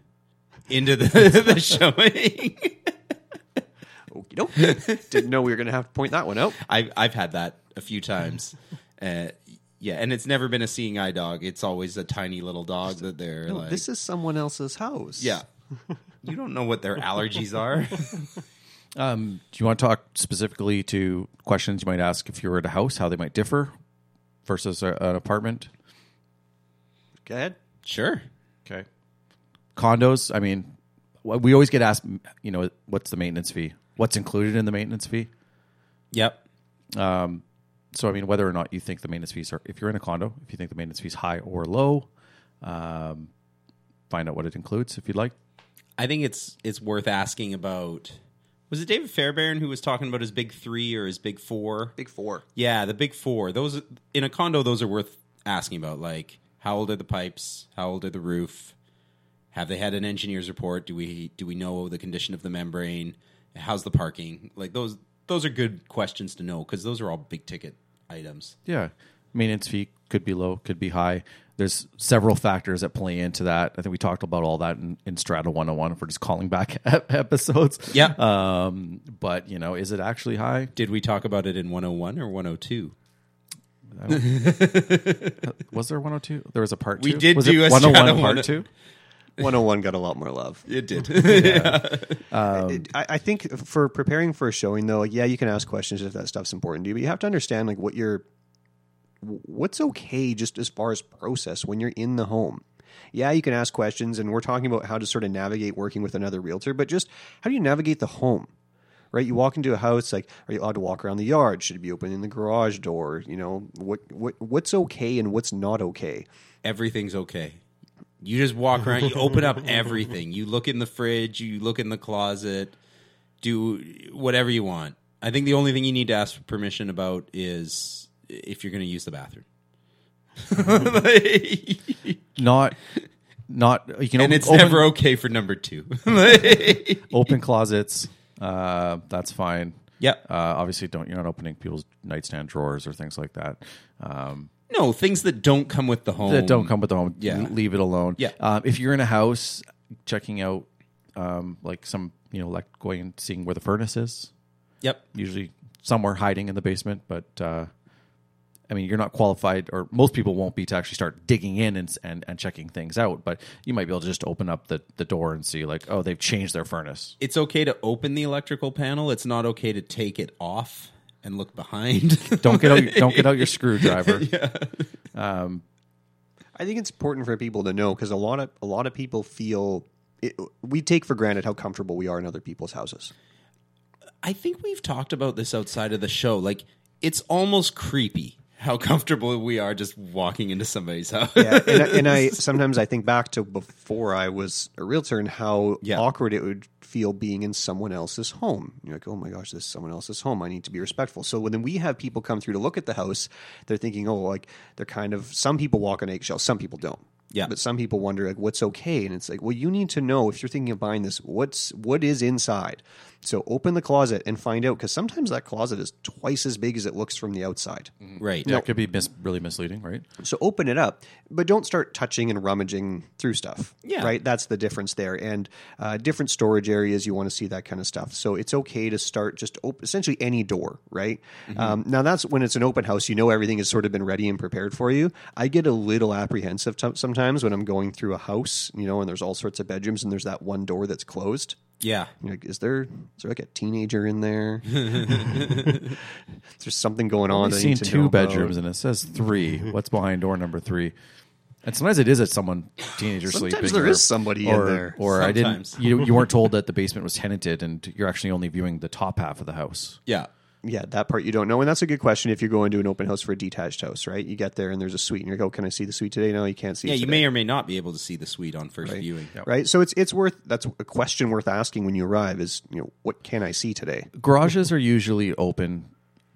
into the, (laughs) the showing.
Okie doke.
(laughs)
Didn't know we were going to have to point that one out.
I've I've had that a few
(laughs)
times. Uh, yeah, and it's never been a seeing eye dog. It's always a tiny little dog that they're
No,
like.
this is someone else's house.
yeah. You don't know what their allergies
(laughs)
are.
Um, do you want to talk specifically to questions you might ask if you were at a house, how they might differ versus a, an apartment?
Go ahead.
sure.
Okay. Condos, I mean, wh- we always get asked, you know, what's the maintenance fee? What's included in the maintenance fee?
Yep.
So, I mean, whether or not you think the maintenance fees are, if you're in a condo, if you think the maintenance fees high or low, um, find out what it includes if you'd like.
I think it's it's worth asking about. Was it David Fairbairn who was talking about his big three or his big four?
Big four.
Yeah, the big four. Those in a condo, those are worth asking about. Like, how old are the pipes? How old are the roof? Have they had an engineer's report? Do we do we know the condition of the membrane? How's the parking? Like those those are good questions to know because those are all big ticket items.
Yeah. Maintenance fee could be low, could be high. There's several factors that play into that. I think we talked about all that in, in Strata 101 for just calling back (laughs) episodes.
Yeah.
Um, but, you know, is it actually high?
Did we talk about it in 101 or 102?
Was there 102? There was a part
(laughs)
two.
We did
was
do a
it 101
Strata
part
101.
two.
101 got a lot more love.
It did. (laughs)
It- I, I think for preparing for a showing, though, like, yeah, you can ask questions if that stuff's important to you, but you have to understand like what you're, what's okay just as far as process when you're in the home. Yeah, you can ask questions, and we're talking about how to sort of navigate working with another realtor, but just how do you navigate the home? right? You walk into a house, like, are you allowed to walk around the yard? Should you be opening the garage door? You know, what what what's okay and what's not okay?
Everything's okay. You just walk around, you open
(laughs)
up everything. You look in the fridge, you look in the closet, do whatever you want. I think the only thing you need to ask permission about is if you're going to use the
(laughs)
bathroom.
not not you can
and
open-
it's
open-
never okay for number
(laughs)
two.
open closets. Uh, that's fine.
Yep.
Uh, obviously, don't you're not opening people's nightstand drawers or things like that. Um,
no, things that don't come with the home.
that don't come with the home.
Yeah.
Yeah. Leave it alone.
Yeah.
Um, if you're in a house checking out, um, like some you know, like going and seeing where the furnace is.
Yep.
Usually somewhere hiding in the basement, but. Uh, I mean, you're not qualified, or most people won't be to actually start digging in and, and, and checking things out. But you might be able to just open up the, the door and see, like, oh, they've changed their furnace.
It's okay to open the electrical panel. It's not okay to take it off and look
(laughs)
behind. (laughs)
Don't get out, don't get out your screwdriver.
I think it's important for people to know because a lot of a lot of people feel it, we take for granted how comfortable we are in other people's houses.
I think we've talked about this outside of the show. Like, it's almost creepy how (laughs) comfortable we are just walking into somebody's house.
yeah, and, I- and I sometimes I think back to before I was a realtor and how
Yeah.
awkward it would feel being in someone else's home. You're like, oh my gosh, this is someone else's home. I need to be respectful. So when we have people come through to look at the house, they're thinking, oh, like they're kind of some people walk on eggshells, some people don't.
Yeah.
but some people wonder like what's okay, and it's like, well, you need to know if you're thinking of buying this, what's what is inside. So open the closet and find out because sometimes that closet is twice as big as it looks from the outside.
(laughs) Right.
That could be mis- really misleading, right?
So open it up, but don't start touching and rummaging through stuff.
Yeah.
Right? That's the difference there. And uh, different storage areas, you want to see that kind of stuff. So it's okay to start just op- essentially any door, right? Um, now, that's when it's an open house, you know everything has sort of been ready and prepared for you. I get a little apprehensive t- sometimes when I'm going through a house, you know, and there's all sorts of bedrooms and there's that one door that's closed.
Yeah.
You're like, is there is there like a teenager in there? (laughs) is there something going on?
I've
that I
seen
need to know
two
about?
bedrooms and it says three. What's behind door number three? And sometimes it is at someone teenager
Sometimes
sleeping.
there
or-
is somebody in
or-
there.
Or
Sometimes.
I didn't. You, you weren't told that the basement was tenanted, and you're actually only viewing the top half of the house.
Yeah.
Yeah, that part you don't know. And that's a good question if you go into an open house for a detached house, right? You get there and there's a suite and you're like, oh, can I see the suite today? No, you can't see
Yeah.
it
You
today.
may or may not be able to see the suite on first viewing.
Right, so it's it's worth that's a question worth asking when you arrive is you know what can I see today?
Garages are usually open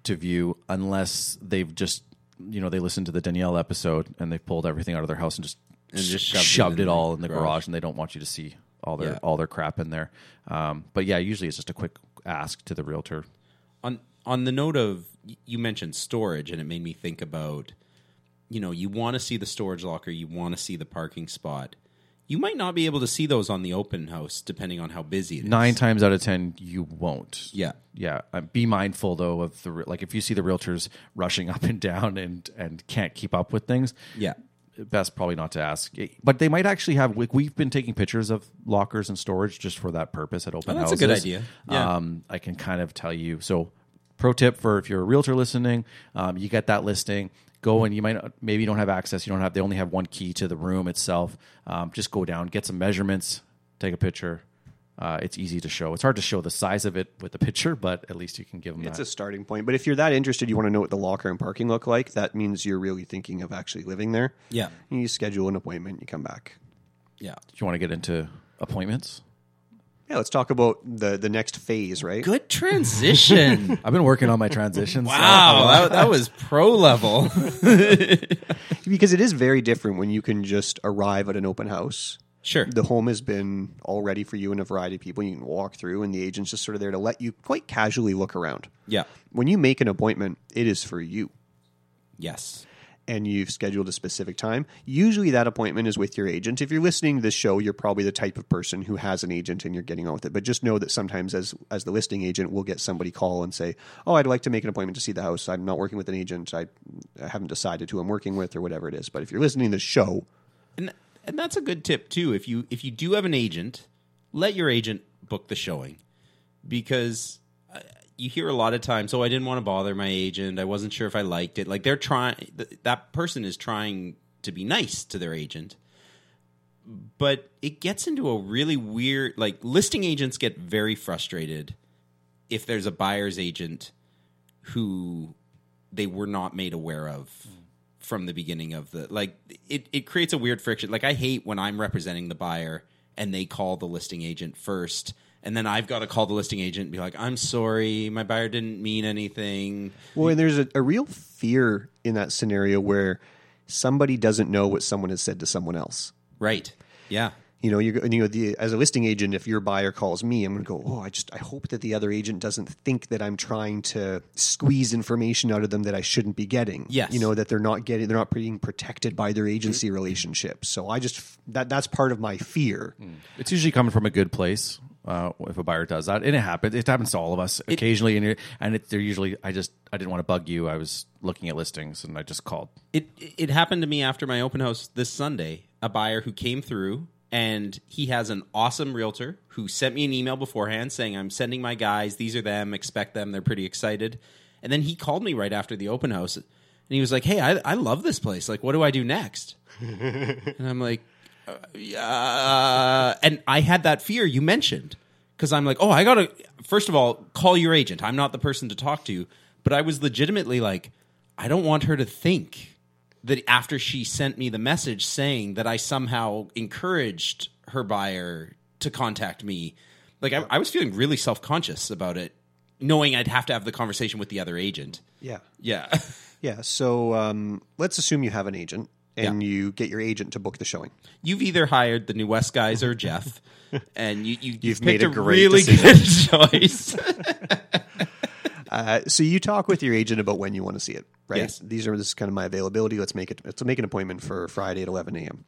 to view unless they've just you know they listened to the Danielle episode and they've pulled everything out of their house and just
And just
shoved,
shoved it in
it,
the
all in the
garage.
garage. and they don't want you to see all their
Yeah.
all their crap in there. Um, but yeah, usually it's just a quick ask to the realtor.
on on the note of y- you mentioned storage and it made me think about you know you want to see the storage locker you want to see the parking spot you might not be able to see those on the open house depending on how busy it is
Nine times out of ten, you won't.
Yeah.
yeah. Uh, be mindful though of the re- like if you see the realtors rushing up and down and and can't keep up with things.
yeah
best probably not to ask. But they might actually have. Like, we've been taking pictures of lockers and storage just for that purpose at open
Oh, that's a
houses.
good idea. Yeah.
Um, I can kind of tell you. So, pro tip for if you're a realtor listening, um, you get that listing. Go and you might not, maybe you don't have access. You don't have. They only have one key to the room itself. Um, just go down, get some measurements, take a picture. Uh, it's easy to show. It's hard to show the size of it with the picture, but at least you can give them
It's
that.
a starting point. But if you're that interested, you want to know what the locker and parking look like. That means you're really thinking of actually living there.
Yeah.
you schedule an appointment, you come back.
yeah
Do you want to get into appointments?
Yeah, let's talk about the the next phase, right?
good transition
I've been working on my transitions.
(laughs) wow that, that was pro level
Because it is very different when you can just arrive at an open house
(laughs) sure
the home has been all ready for you and a variety of people you can walk through and the agent's just sort of there to let you quite casually look around
yeah
when you make an appointment it is for you
yes
and you've scheduled a specific time usually that appointment is with your agent if you're listening to this show you're probably the type of person who has an agent and you're getting on with it but just know that sometimes as as the listing agent we'll get somebody call and say oh i'd like to make an appointment to see the house i'm not working with an agent i, I haven't decided who i'm working with or whatever it is but if you're listening to the show
and and that's a good tip too if you if you do have an agent let your agent book the showing because uh, you hear a lot of times oh i didn't want to bother my agent i wasn't sure if i liked it like they're trying th- that person is trying to be nice to their agent but it gets into a really weird like listing agents get very frustrated if there's a buyer's agent who they were not made aware of from the beginning of the like it, it creates a weird friction like i hate when i'm representing the buyer and they call the listing agent first and then i've got to call the listing agent and be like i'm sorry my buyer didn't mean anything
Well, and there's a, a real fear in that scenario where somebody doesn't know what someone has said to someone else.
right yeah
You know, you're, you know, the, as a listing agent, if your buyer calls me, I'm going to go, oh, I just, I hope that the other agent doesn't think that I'm trying to squeeze information out of them that I shouldn't be getting.
Yes.
You know, that they're not getting, they're not being protected by their agency relationship. So I just, that that's part of my fear.
It's usually coming from a good place. Uh, if a buyer does that, and it happens, it happens to all of us occasionally, and you're, and it, they're usually. I just I didn't want to bug you. I was looking at listings, and I just called.
It it happened to me after my open house this Sunday. A buyer who came through and he has an awesome realtor who sent me an email beforehand saying I'm sending my guys, these are them, expect them, they're pretty excited. And then he called me right after the open house and he was like, "Hey, I I love this place. Like what do I do next?" and I'm like, uh, yeah. and I had that fear you mentioned because I'm like, oh, I gotta first of all call your agent. I'm not the person to talk to, but I was legitimately like, I don't want her to think that after she sent me the message saying that I somehow encouraged her buyer to contact me. Like I, I was feeling really self conscious about it, knowing I'd have to have the conversation with the other agent.
Yeah.
Yeah.
Yeah. So um, let's assume you have an agent and you get your agent to book the showing.
(laughs) you've either hired the new West guys or Jeff, and you, you
You've
picked
made a great
really
decision.
good (laughs)
(laughs)
choice.
Uh, so you talk with your agent about when you want to see it, right?
Yes.
These are this is kind of my availability. Let's make it. Let's make an appointment for Friday at eleven a.m.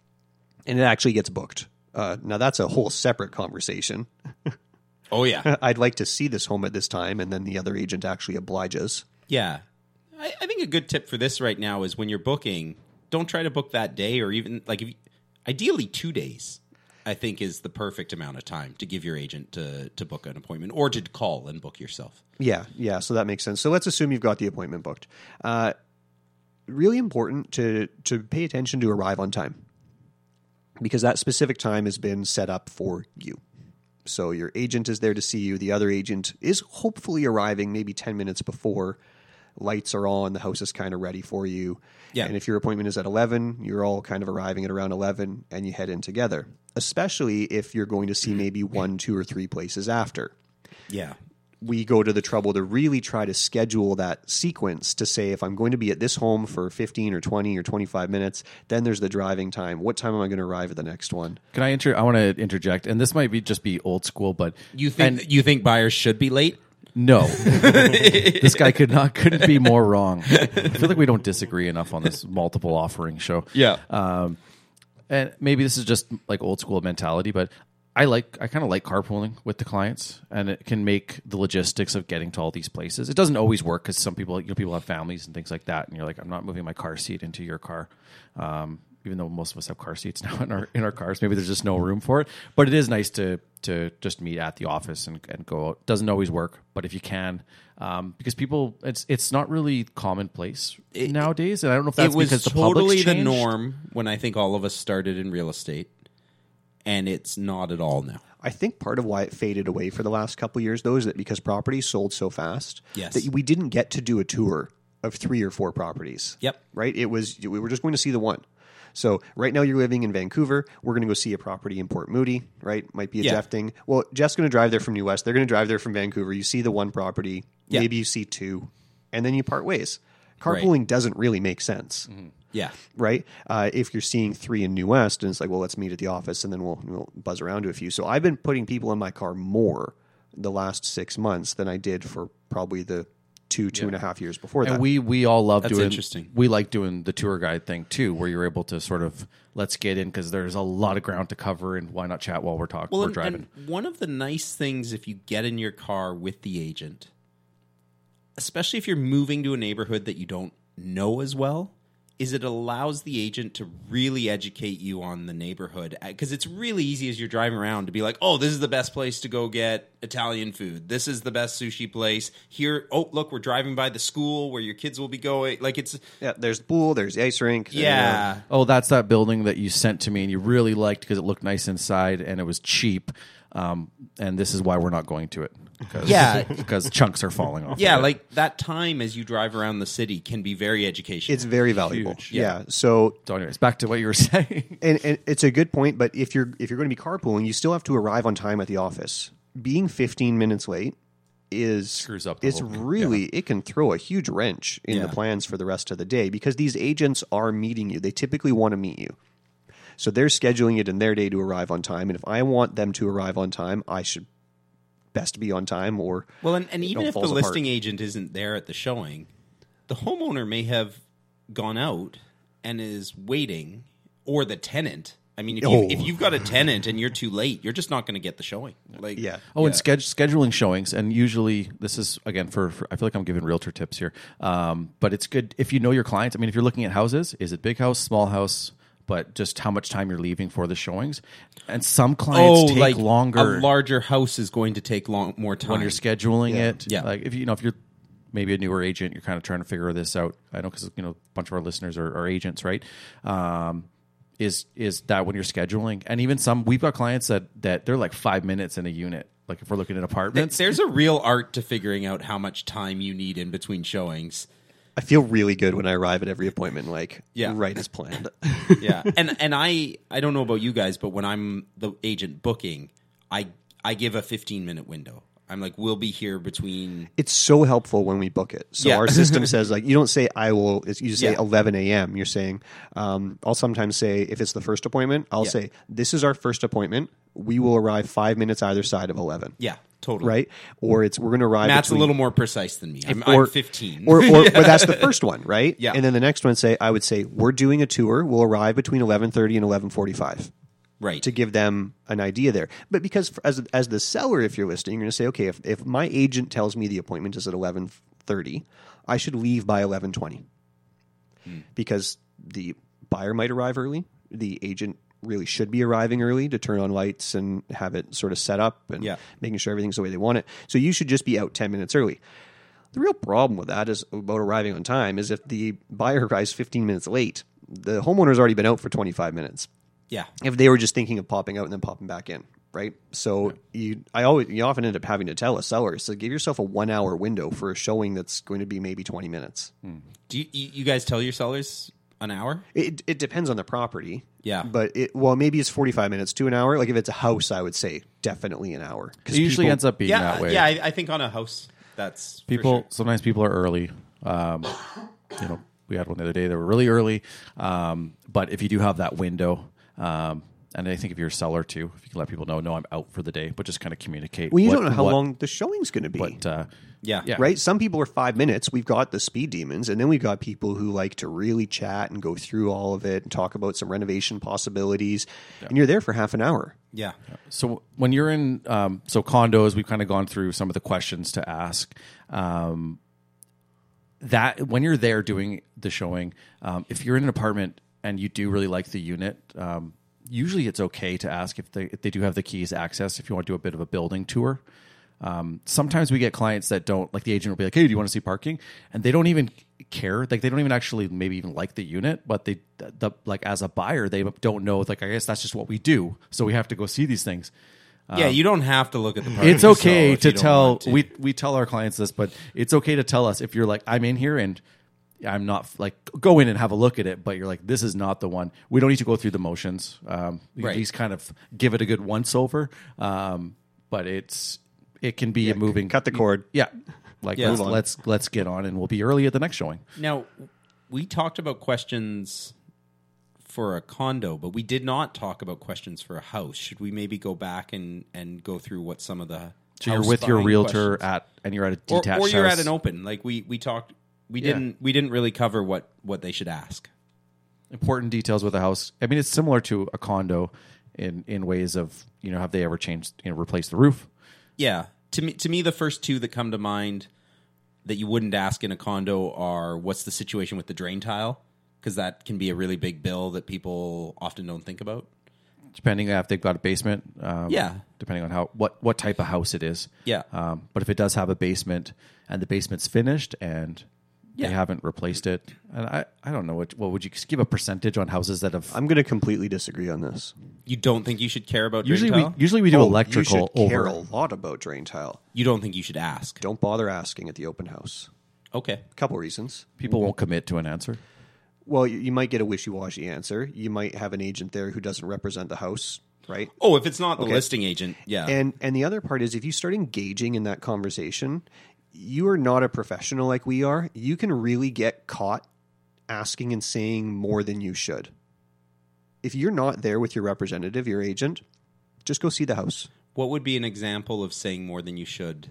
And it actually gets booked. Uh, now that's a whole separate conversation.
oh yeah,
I'd like to see this home at this time, and then the other agent actually obliges.
yeah. I, I think a good tip for this right now is when you're booking, don't try to book that day or even like if you, ideally two days. I think is the perfect amount of time to give your agent to to book an appointment or to call and book yourself.
Yeah, yeah. So that makes sense. So let's assume you've got the appointment booked. Uh, really important to to pay attention to arrive on time because that specific time has been set up for you. So your agent is there to see you. The other agent is hopefully arriving maybe ten minutes before. Lights are on. The house is kind of ready for you.
Yeah.
And if your appointment is at eleven, you're all kind of arriving at around eleven, and you head in together. Especially if you're going to see maybe one, two, or three places after
Yeah.
we go to the trouble to really try to schedule that sequence to say if I'm going to be at this home for 15 or 20 or 25 minutes, then there's the driving time. What time am I going to arrive at the next one?
Can I inter? I want to interject, and this might be just be old school, but
You think you think buyers should be late?
No, (laughs) this guy could not couldn't be more wrong. I feel like we don't disagree enough on this multiple offering show.
Yeah.
um, and maybe this is just like old school mentality, but I like I kind of like carpooling with the clients, and it can make the logistics of getting to all these places. It doesn't always work because some people you know people have families and things like that, and you're like, I'm not moving my car seat into your car. Um, even though most of us have car seats (laughs) now in our in our cars, maybe there's just no room for it. But it is nice to to just meet at the office and, and go out. Doesn't always work, but if you can, um, because people, it's it's not really commonplace nowadays, and I don't know if that's
it was
because the public's
totally the
changed.
norm when I think all of us started in real estate, and it's not at all now.
I think part of why it faded away for the last couple of years though is that because properties sold so fast
Yes.
that we didn't get to do a tour of three or four properties.
Yep.
Right? It was we were just going to see the one. So right now you're living in Vancouver. We're going to go see a property in Port Moody, right? Might be a
Yeah.
Jeff thing. Well, Jeff's going to drive there from New West. They're going to drive there from Vancouver. You see the one property,
Yeah.
maybe you see two, and then you part ways.
Right. Mm-hmm.
Carpooling doesn't really make sense
Yeah.
right? Uh, if you're seeing three in New West, and it's like, well, let's meet at the office, and then we'll, we'll buzz around to a few. So I've been putting people in my car more the last six months than I did for probably the two two and a half years before that.
And we we all love
That's
doing.
interesting.
We like doing the tour guide thing too, where you're able to sort of let's get in because there's a lot of ground to cover, and why not chat while we're talking?
Well,
we're
and,
driving.
and one of the nice things if you get in your car with the agent, especially if you're moving to a neighborhood that you don't know as well, is it allows the agent to really educate you on the neighborhood because it's really easy as you're driving around to be like, "Oh, this is the best place to go get Italian food. This is the best sushi place. Here, oh, look, we're driving by the school where your kids will be going." Like it's
yeah, there's the pool, there's the ice rink. uh, there-
yeah.
oh, that's that building that you sent to me and you really liked because it looked nice inside and it was cheap. Um, and this is why we're not going to it. (laughs) 'cause-
Yeah.
because chunks are falling off.
Yeah,
of it.
like that time as you drive around the city can be very educational.
It's very valuable. Huge.
Yeah.
yeah. So,
so anyways, back to what you were (laughs) saying.
And, and it's a good point, but if you're if you're going to be carpooling, you still have to arrive on time at the office. Being 15 minutes late is screws up.
the
it's
whole-
really it can throw a huge wrench in the
Yeah.
plans for the rest of the day because these agents are meeting you. They typically want to meet you. So they're scheduling it in their day to arrive on time, and if I want them to arrive on time, I should best be on time or
Well, and, and
it
even
all
if the
falls apart.
listing agent isn't there at the showing, the homeowner may have gone out and is waiting, or the tenant. I mean, if,
Oh.
you, if you've got a tenant and you're too late, you're just not going to get the showing. Like, yeah.
Oh, and sched- scheduling showings, and usually this is again for, for I feel like I'm giving realtor tips here, um, but it's good if you know your clients. I mean, if you're looking at houses, is it big house, small house, but just how much time you're leaving for the showings, and some clients
Oh,
take
like
longer.
A larger house is going to take long more time
when you're scheduling
Yeah.
it. Yeah, like if you you know if you're maybe a newer agent, you're kind of trying to figure this out. I know because you know a bunch of our listeners are, are agents, right? Um, is is that when you're scheduling? And even some we've got clients that that they're like five minutes in a unit. Like if we're looking at
Th-
apartments,
There's a real art to figuring out how much time you need in between showings.
I feel really good when I arrive at every appointment, like
Yeah.
right as planned.
yeah (laughs) and and i i don't know about you guys but when i'm the agent booking i i give a 15 minute window i'm like we'll be here between
It's so helpful when we book it. So
Yeah.
our system says like you don't say I will. It's, you say
Yeah.
11 a.m. You're saying um, I'll sometimes say if it's the first appointment, I'll
Yeah.
say this is our first appointment. We will arrive five minutes either side of 11.
yeah totally
Right, or it's we're going to arrive.
matt's
between-
a little more precise than me i'm,
or,
I'm 15
Or, or
Yeah.
but that's
(laughs)
the first one, right?
Yeah.
And then the next one say I would say we're doing a tour. We'll arrive between eleven thirty and eleven forty five.
Right.
To give them an idea there, but because for, as as the seller, if you're listing, you're going to say, okay, if if my agent tells me the appointment is at eleven thirty, I should leave by eleven twenty,
Hmm.
because the buyer might arrive early. The agent really should be arriving early to turn on lights and have it sort of set up and
Yeah.
making sure everything's the way they want it. So you should just be out ten minutes early. The real problem with that is about arriving on time is if the buyer (laughs) arrives 15 minutes late, the homeowner's already been out for 25 minutes.
Yeah.
If they were just thinking of popping out and then popping back in, right? So you, I always, you often end up having to tell a seller, so give yourself a one hour window for a showing that's going to be maybe 20 minutes.
Hmm.
do you, you you guys tell your sellers an hour
It, it depends on the property.
Yeah.
But it, well, maybe it's 45 minutes to an hour. Like if it's a house, I would say definitely an hour. 'Cause
It usually
people-
ends up being
yeah
that way.
yeah I, I think on a house that's for
people
sure.
sometimes people are early. Um, you know, we had one the other day; they were really early. Um, but if you do have that window, um, and I think if you're a seller too, if you can let people know, no, I'm out for the day, but just kind of communicate.
Well, you
what-
don't know how
what-
long the showing's going to be.
What, uh,
yeah.
Right? Some people are five minutes. We've got the speed demons, and then we've got people who like to really chat and go through all of it and talk about some renovation possibilities. And you're there for half an hour.
yeah
So when you're in, um, so condos, we've kind of gone through some of the questions to ask. Um, that when you're there doing the showing, um, if you're in an apartment and you do really like the unit, um, usually it's okay to ask if they if they do have the keys access. If you want to do a bit of a building tour, um, sometimes we get clients that don't like the agent will be like, "Hey, do you want to see parking?" and they don't even care. Like they don't even actually maybe even like the unit, but they the like as a buyer they don't know. Like I guess that's just what we do, so we have to go see these things.
yeah you don't have to look at the part
uh, It's
yourself
okay
if you
to
don't
tell
want to.
we we tell our clients this, but it's okay to tell us if you're like I'm in here and I'm not like go in and have a look at it, but you're like this is not the one. We don't need to go through the motions. Um, we
Right.
At least kind of give it a good once over. Um, but it's it can be a moving
Cut the cord.
yeah. Like
Yeah.
Let's,
Move on.
let's let's get on and we'll be early at the next showing.
Now, we talked about questions for a condo, but we did not talk about questions for a house. Should we maybe go back and, and go through what some of the
So you're
house
with your
buying
realtor
questions-
at and you're at a
or,
detached
or you're
house.
at an open. Like we we talked, we
Yeah.
didn't we didn't really cover what what they should ask.
important details with a house. I mean, it's similar to a condo in in ways of you know have they ever changed you know replaced the roof?
Yeah, to me to me the first two that come to mind that you wouldn't ask in a condo are what's the situation with the drain tile because that can be a really big bill that people often don't think about.
Depending on if they've got a basement, um,
Yeah.
Depending on how what what type of house it is,
Yeah.
Um, but if it does have a basement and the basement's finished and They haven't replaced it, and I, I don't know what. What would you give a percentage on houses that have?
I'm going to completely disagree on this.
You don't think you should care about drain
Usually, we
tile?
usually we do
Oh,
electrical
You should care
over.
a lot about drain tile.
you don't think you should ask.
Don't bother asking at the open house.
Okay.
A couple reasons.
Mm-hmm.
People won't commit to an answer.
Well, you, you might get a wishy-washy answer. You might have an agent there who doesn't represent the house, right?
Oh, if it's not the
Okay.
listing agent, yeah.
And and the other part is if you start engaging in that conversation, you are not a professional like we are. You can really get caught asking and saying more than you should. If you're not there with your representative, your agent, just go see the house.
what would be an example of saying more than you should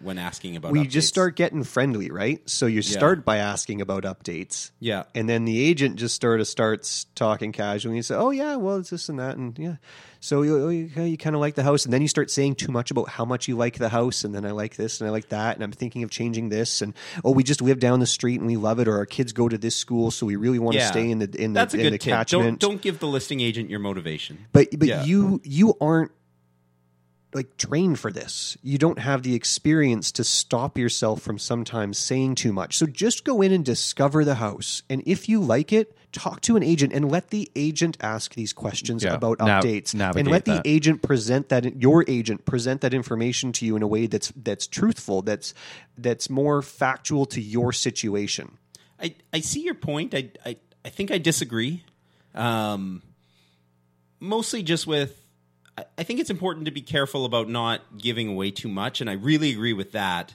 when asking about?
We just
updates?
start getting friendly, right? So you start by asking about updates.
Yeah.
And then the agent just sort of starts talking casually and say, "Oh yeah, well it's this and that and yeah." So you oh, you, you kind of like the house, and then you start saying too much about how much you like the house, and then I like this and I like that, and I'm thinking of changing this, and oh we just live down the street and we love it, or our kids go to this school, so we really want to
Yeah.
stay in the in the,
That's a
in
good
the
tip.
catchment.
Don't don't give the listing agent your motivation.
But but
Yeah.
you you aren't like trained for this. You don't have the experience to stop yourself from sometimes saying too much. So just go in and discover the house. And if you like it, talk to an agent and let the agent ask these questions
Yeah.
about
Nav-
updates. And
navigate
let
that.
the agent present that your agent present that information to you in a way that's that's truthful, that's that's more factual to your situation.
I, I see your point. I, I, I think I disagree. Um, mostly just with, I, I think it's important to be careful about not giving away too much, and I really agree with that.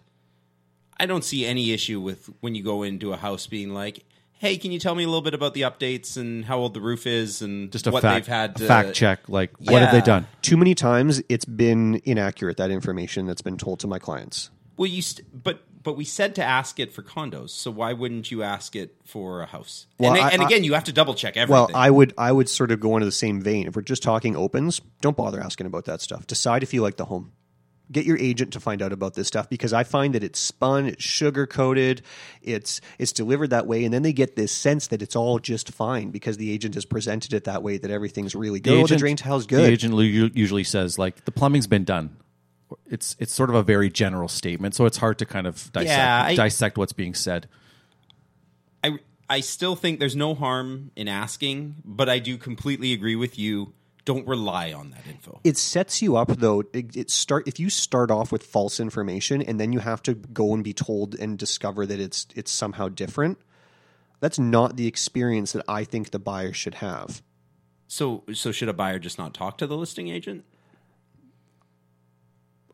I don't see any issue with when you go into a house being like, "Hey, can you tell me a little bit about the updates and how old the roof is and
Just a
what
fact,
they've had?"
a
to-
fact check. Like, what have they
Yeah.
done?
Too many times it's been inaccurate that information that's been told to my clients.
Well, you st- but but we said to ask it for condos, so why wouldn't you ask it for a house?
Well,
and,
I-
and
I-
again, you have to double check everything.
Well, I would I would sort of go into the same vein. If we're just talking opens, don't bother asking about that stuff. Decide if you like the home. Get your agent to find out about this stuff because I find that it's spun, it's sugar coated, it's it's delivered that way, and then they get this sense that it's all just fine because the agent has presented it that way that everything's really good. oh, the drain tile's
The
good.
agent lu- usually says like the plumbing's been done. It's it's sort of a very general statement, so it's hard to kind of dissect,
Yeah, I-
dissect what's being said.
I I still think there's no harm in asking, but I do completely agree with you. Don't rely on that info.
it sets you up though it, it start if you start off with false information and then you have to go and be told and discover that it's it's somehow different that's not the experience that i think the buyer should have
So so should a buyer just not talk to the listing agent?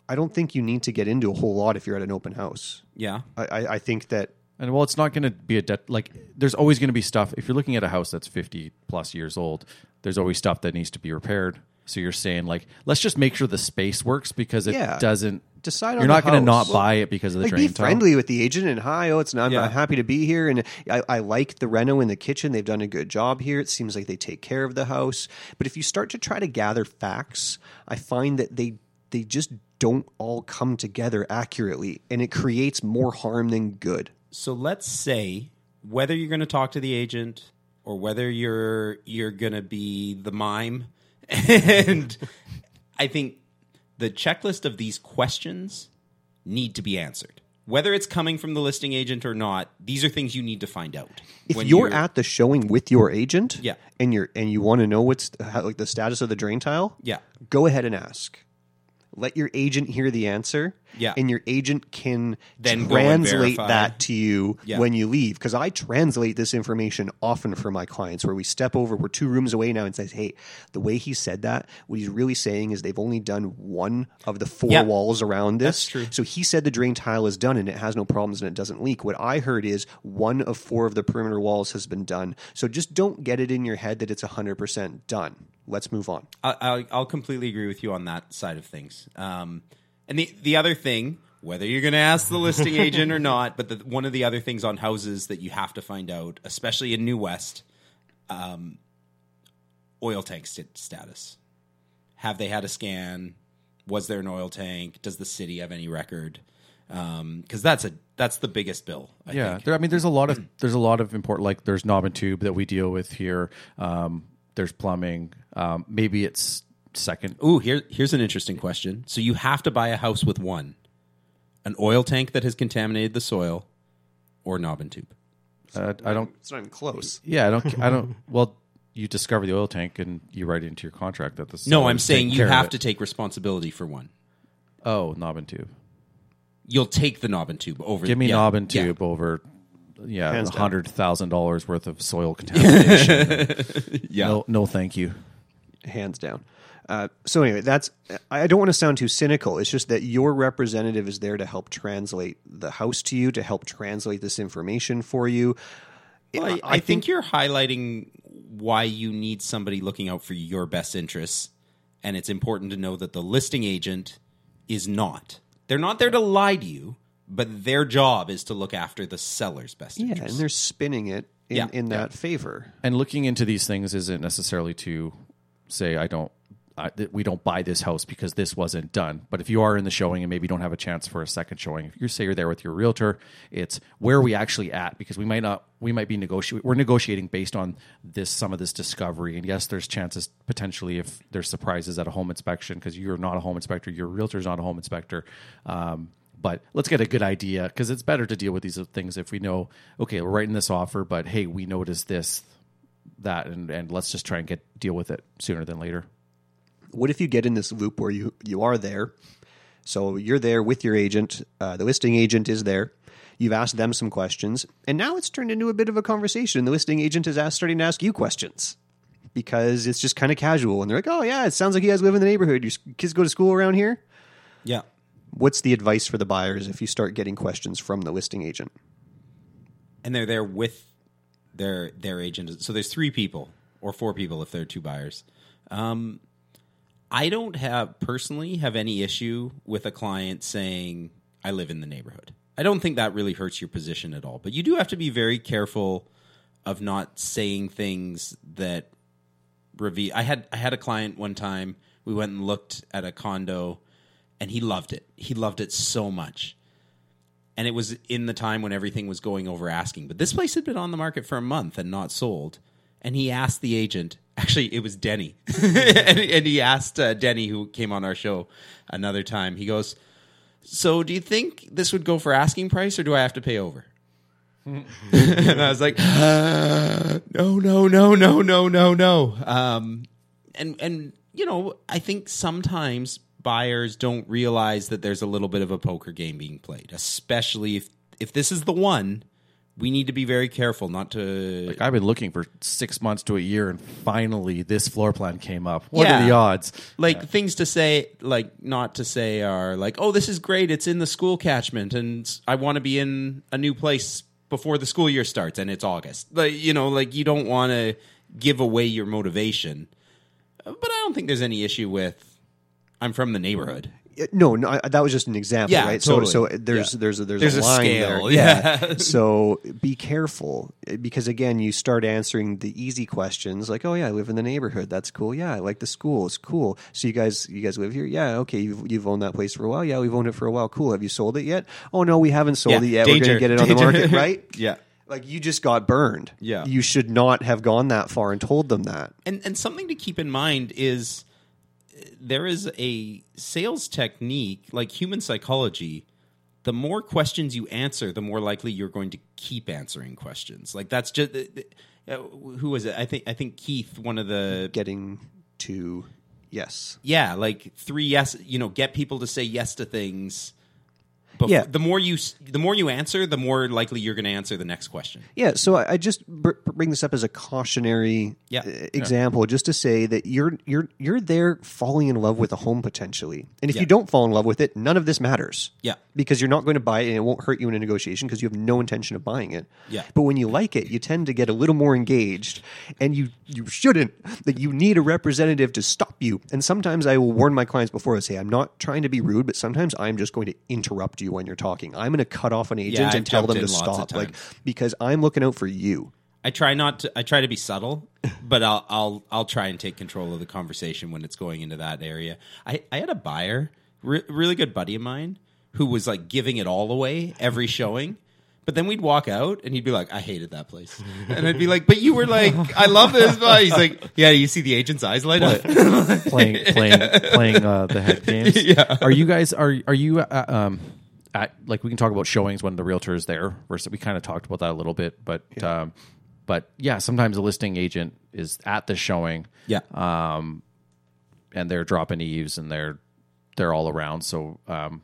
i don't think you need to get into a whole lot if you're at an open house
Yeah.
i i, I think that
And well, it's not going to be a debt. Like, there's always going to be stuff. If you're looking at a house that's 50 plus years old, there's always stuff that needs to be repaired. So you're saying like, let's just make sure the space works because it
Yeah.
doesn't.
Decide on
You're not
the
going to not
house.
buy it because of the
like
drain
be
tile.
friendly with the agent and hi oh it's not, I'm,
Yeah.
I'm happy to be here and I, I like the reno in the kitchen they've done a good job here it seems like they take care of the house but if you start to try to gather facts i find that they they just don't all come together accurately and it creates more harm than good
So let's say whether you're going to talk to the agent or whether you're you're going to be the mime (laughs) and I think the checklist of these questions need to be answered. Whether it's coming from the listing agent or not, these are things you need to find out.
if
when
you're, at the showing with your agent
Yeah.
and you're and you want to know what's how, like the status of the drain tile
Yeah.
go ahead and ask let your agent hear the answer
Yeah.
and your agent can
Then go and
translate
verify.
that to you
Yeah.
when you leave because i translate this information often for my clients where we step over we're two rooms away now and says hey the way he said that what he's really saying is they've only done one of the four
Yeah.
walls around this
That's true.
so he said the drain tile is done and it has no problems and it doesn't leak. What I heard is one of four of the perimeter walls has been done. So just don't get it in your head that it's 100% done. Let's move on.
I- I'll, I'll completely agree with you on that side of things. Um, and the the other thing, whether you're going to ask the listing agent or not, but the, one of the other things on houses that you have to find out, especially in New West, um, oil tank st- status. Have they had a scan? Was there an oil tank? Does the city have any record? Because that's a that's the biggest bill. I
yeah,
think.
there, I mean, there's a
(clears throat)
lot of there's a lot of important like there's knob and tube that we deal with here. Um, there's plumbing. Um, maybe it's second.
Ooh, here, here's an interesting question. So you have to buy a house with one an oil tank that has contaminated the soil, or knob and tube.
Uh, I don't.
It's not even close.
Yeah, I don't. I
(laughs)
don't. Well, you discover the oil tank and you write into your contract that this.
No, I'm saying you have to take responsibility for one.
Oh, knob and tube.
You'll take the knob and tube over.
Give me
yeah,
knob and
yeah.
tube over. Yeah,
Hands down.
hundred thousand dollars worth of
(laughs)
soil contamination.
Yeah.
No, no, thank you.
hands down. Uh, so anyway, that's I I don't want to sound too cynical. It's just that your representative is there to help translate the house to you, to help translate this information for you.
Well, I, I, think, you're highlighting why you need somebody looking out for your best interests, and it's important to know that the listing agent is not. They're not there to lie to you, but their job is to look after the seller's best
yeah, and
interests.
they're spinning it in,
Yeah,
in that favor.
And looking into these things isn't necessarily to say I don't. I, that we don't buy this house because this wasn't done. But if you are in the showing and maybe don't have a chance for a second showing, if you say you're there with your realtor, it's where are we actually at because we might not we might be negotiating. We're negotiating based on this some of this discovery. And yes, there's chances potentially if there's surprises at a home inspection because you're not a home inspector, your realtor's not a home inspector. Um, but let's get a good idea because it's better to deal with these uh, things if we know okay we're writing this offer but hey we noticed this that and, and let's just try and get deal with it sooner than later
What if you get in this loop where you you are there? So you're there with your agent. Uh, the listing agent is there. You've asked them some questions, and now it's turned into a bit of a conversation. The listing agent is asked, starting to ask you questions because it's just kind of casual, and they're like, "Oh yeah, it sounds like you guys live in the neighborhood. Your s- kids go to school around here."
yeah.
what's the advice for the buyers if you start getting questions from the listing agent?
And they're there with their their agent. So there's three people or four people if they're two buyers. Um, I don't have personally have any issue with a client saying I live in the neighborhood. I don't think that really hurts your position at all. But you do have to be very careful of not saying things that reveal. I had I had a client one time. We went and looked at a condo, and he loved it. He loved it so much and it was in the time when everything was going over asking. But this place had been on the market for a month and not sold. And he asked the agent. Actually, it was Denny, (laughs) and, and he asked uh, Denny, who came on our show another time. He goes, "So, do you think this would go for asking price, or do I have to pay over?" (laughs) and I was like, "Uh, "No, no, no, no, no, no, no." Um, and and you know, I think sometimes buyers don't realize that there's a little bit of a poker game being played, especially if if this is the one. We need to be very careful not to.
like i've been looking for six months to a year and finally this floor plan came up what
Yeah.
are the odds
like things to say like not to say are like oh this is great it's in the school catchment and i want to be in a new place before the school year starts and it's august like you know like you don't want to give away your motivation Uh, but i don't think there's any issue with i'm from the neighborhood
Uh, No, no, I- that was just an example,
Yeah,
right?
totally.
So, so there's,
Yeah.
there's a, there's,
There's a
line
scale,
there.
yeah. (laughs)
so be careful uh, because again, you start answering the easy questions like, "Oh yeah, I live in the neighborhood. That's cool. Yeah, I like the school. It's cool." So you guys, you guys live here? Yeah. Okay. You've, you've owned that place for a while. Yeah, we've owned it for a while. Cool. Have you sold it yet? Oh no, we haven't sold
Yeah,
it yet.
danger,
We're gonna get it on the
danger. (laughs)
market, right?
Yeah.
Like you just got burned.
Yeah.
You should not have gone that far and told them that.
and and something to keep in mind is uh, there is a sales technique like human psychology the more questions you answer the more likely you're going to keep answering questions like that's just uh, uh, who was it i think i think keith one of the
Getting to yes.
yeah like three yes you know get people to say yes to things Bef-
Yeah.
the more you s- the more you answer the more likely you're going to answer the next question
Yeah, so I, I just br- bring this up as a cautionary
Yeah.
uh, example, just to say that you're you're you're there falling in love with a home potentially, and if
Yeah.
you don't fall in love with it, none of this matters.
Yeah.
because you're not going to buy it, and it won't hurt you in a negotiation because you have no intention of buying it.
Yeah.
but when you like it, you tend to get a little more engaged, and you you shouldn't. That you need a representative to stop you. And sometimes I will warn my clients before I say, I'm not trying to be rude, but sometimes I'm just going to interrupt you when you're talking. I'm going to cut off an agent
I've
and tell them to
jumped in lots of
stop, like
times.
because I'm looking out for you.
I try not to. I try to be subtle, (laughs) but I'll I'll I'll try and take control of the conversation when it's going into that area. I I had a buyer, re- really good buddy of mine, who was like giving it all away every showing. But then we'd walk out and he'd be like, I hated that place. And I'd be like, But you were like, I love this. place." He's like, Yeah, you see the agent's eyes light (laughs) up.
playing playing playing uh, the head games.
(laughs) Yeah.
Are you guys are are you uh, um at, like we can talk about showings when the realtor is there. Versus, we kind of talked about that a little bit, but um, but yeah, sometimes a listing agent is at the showing,
Yeah.
um, and they're dropping eaves and they're they're all around. So um,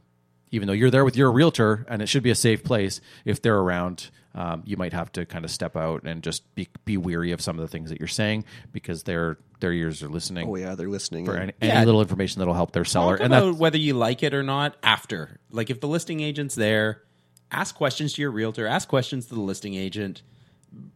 even though you're there with your realtor and it should be a safe place, if they're around, um, you might have to kind of step out and just be be weary of some of the things that you're saying because their their ears are
Mm.
listening.
Oh yeah, they're listening.
For any, any
Yeah.
little information that'll help their seller,
Talk
and
about
that's
whether you like it or not after. Like if the listing agent's there, ask questions to your realtor, ask questions to the listing agent.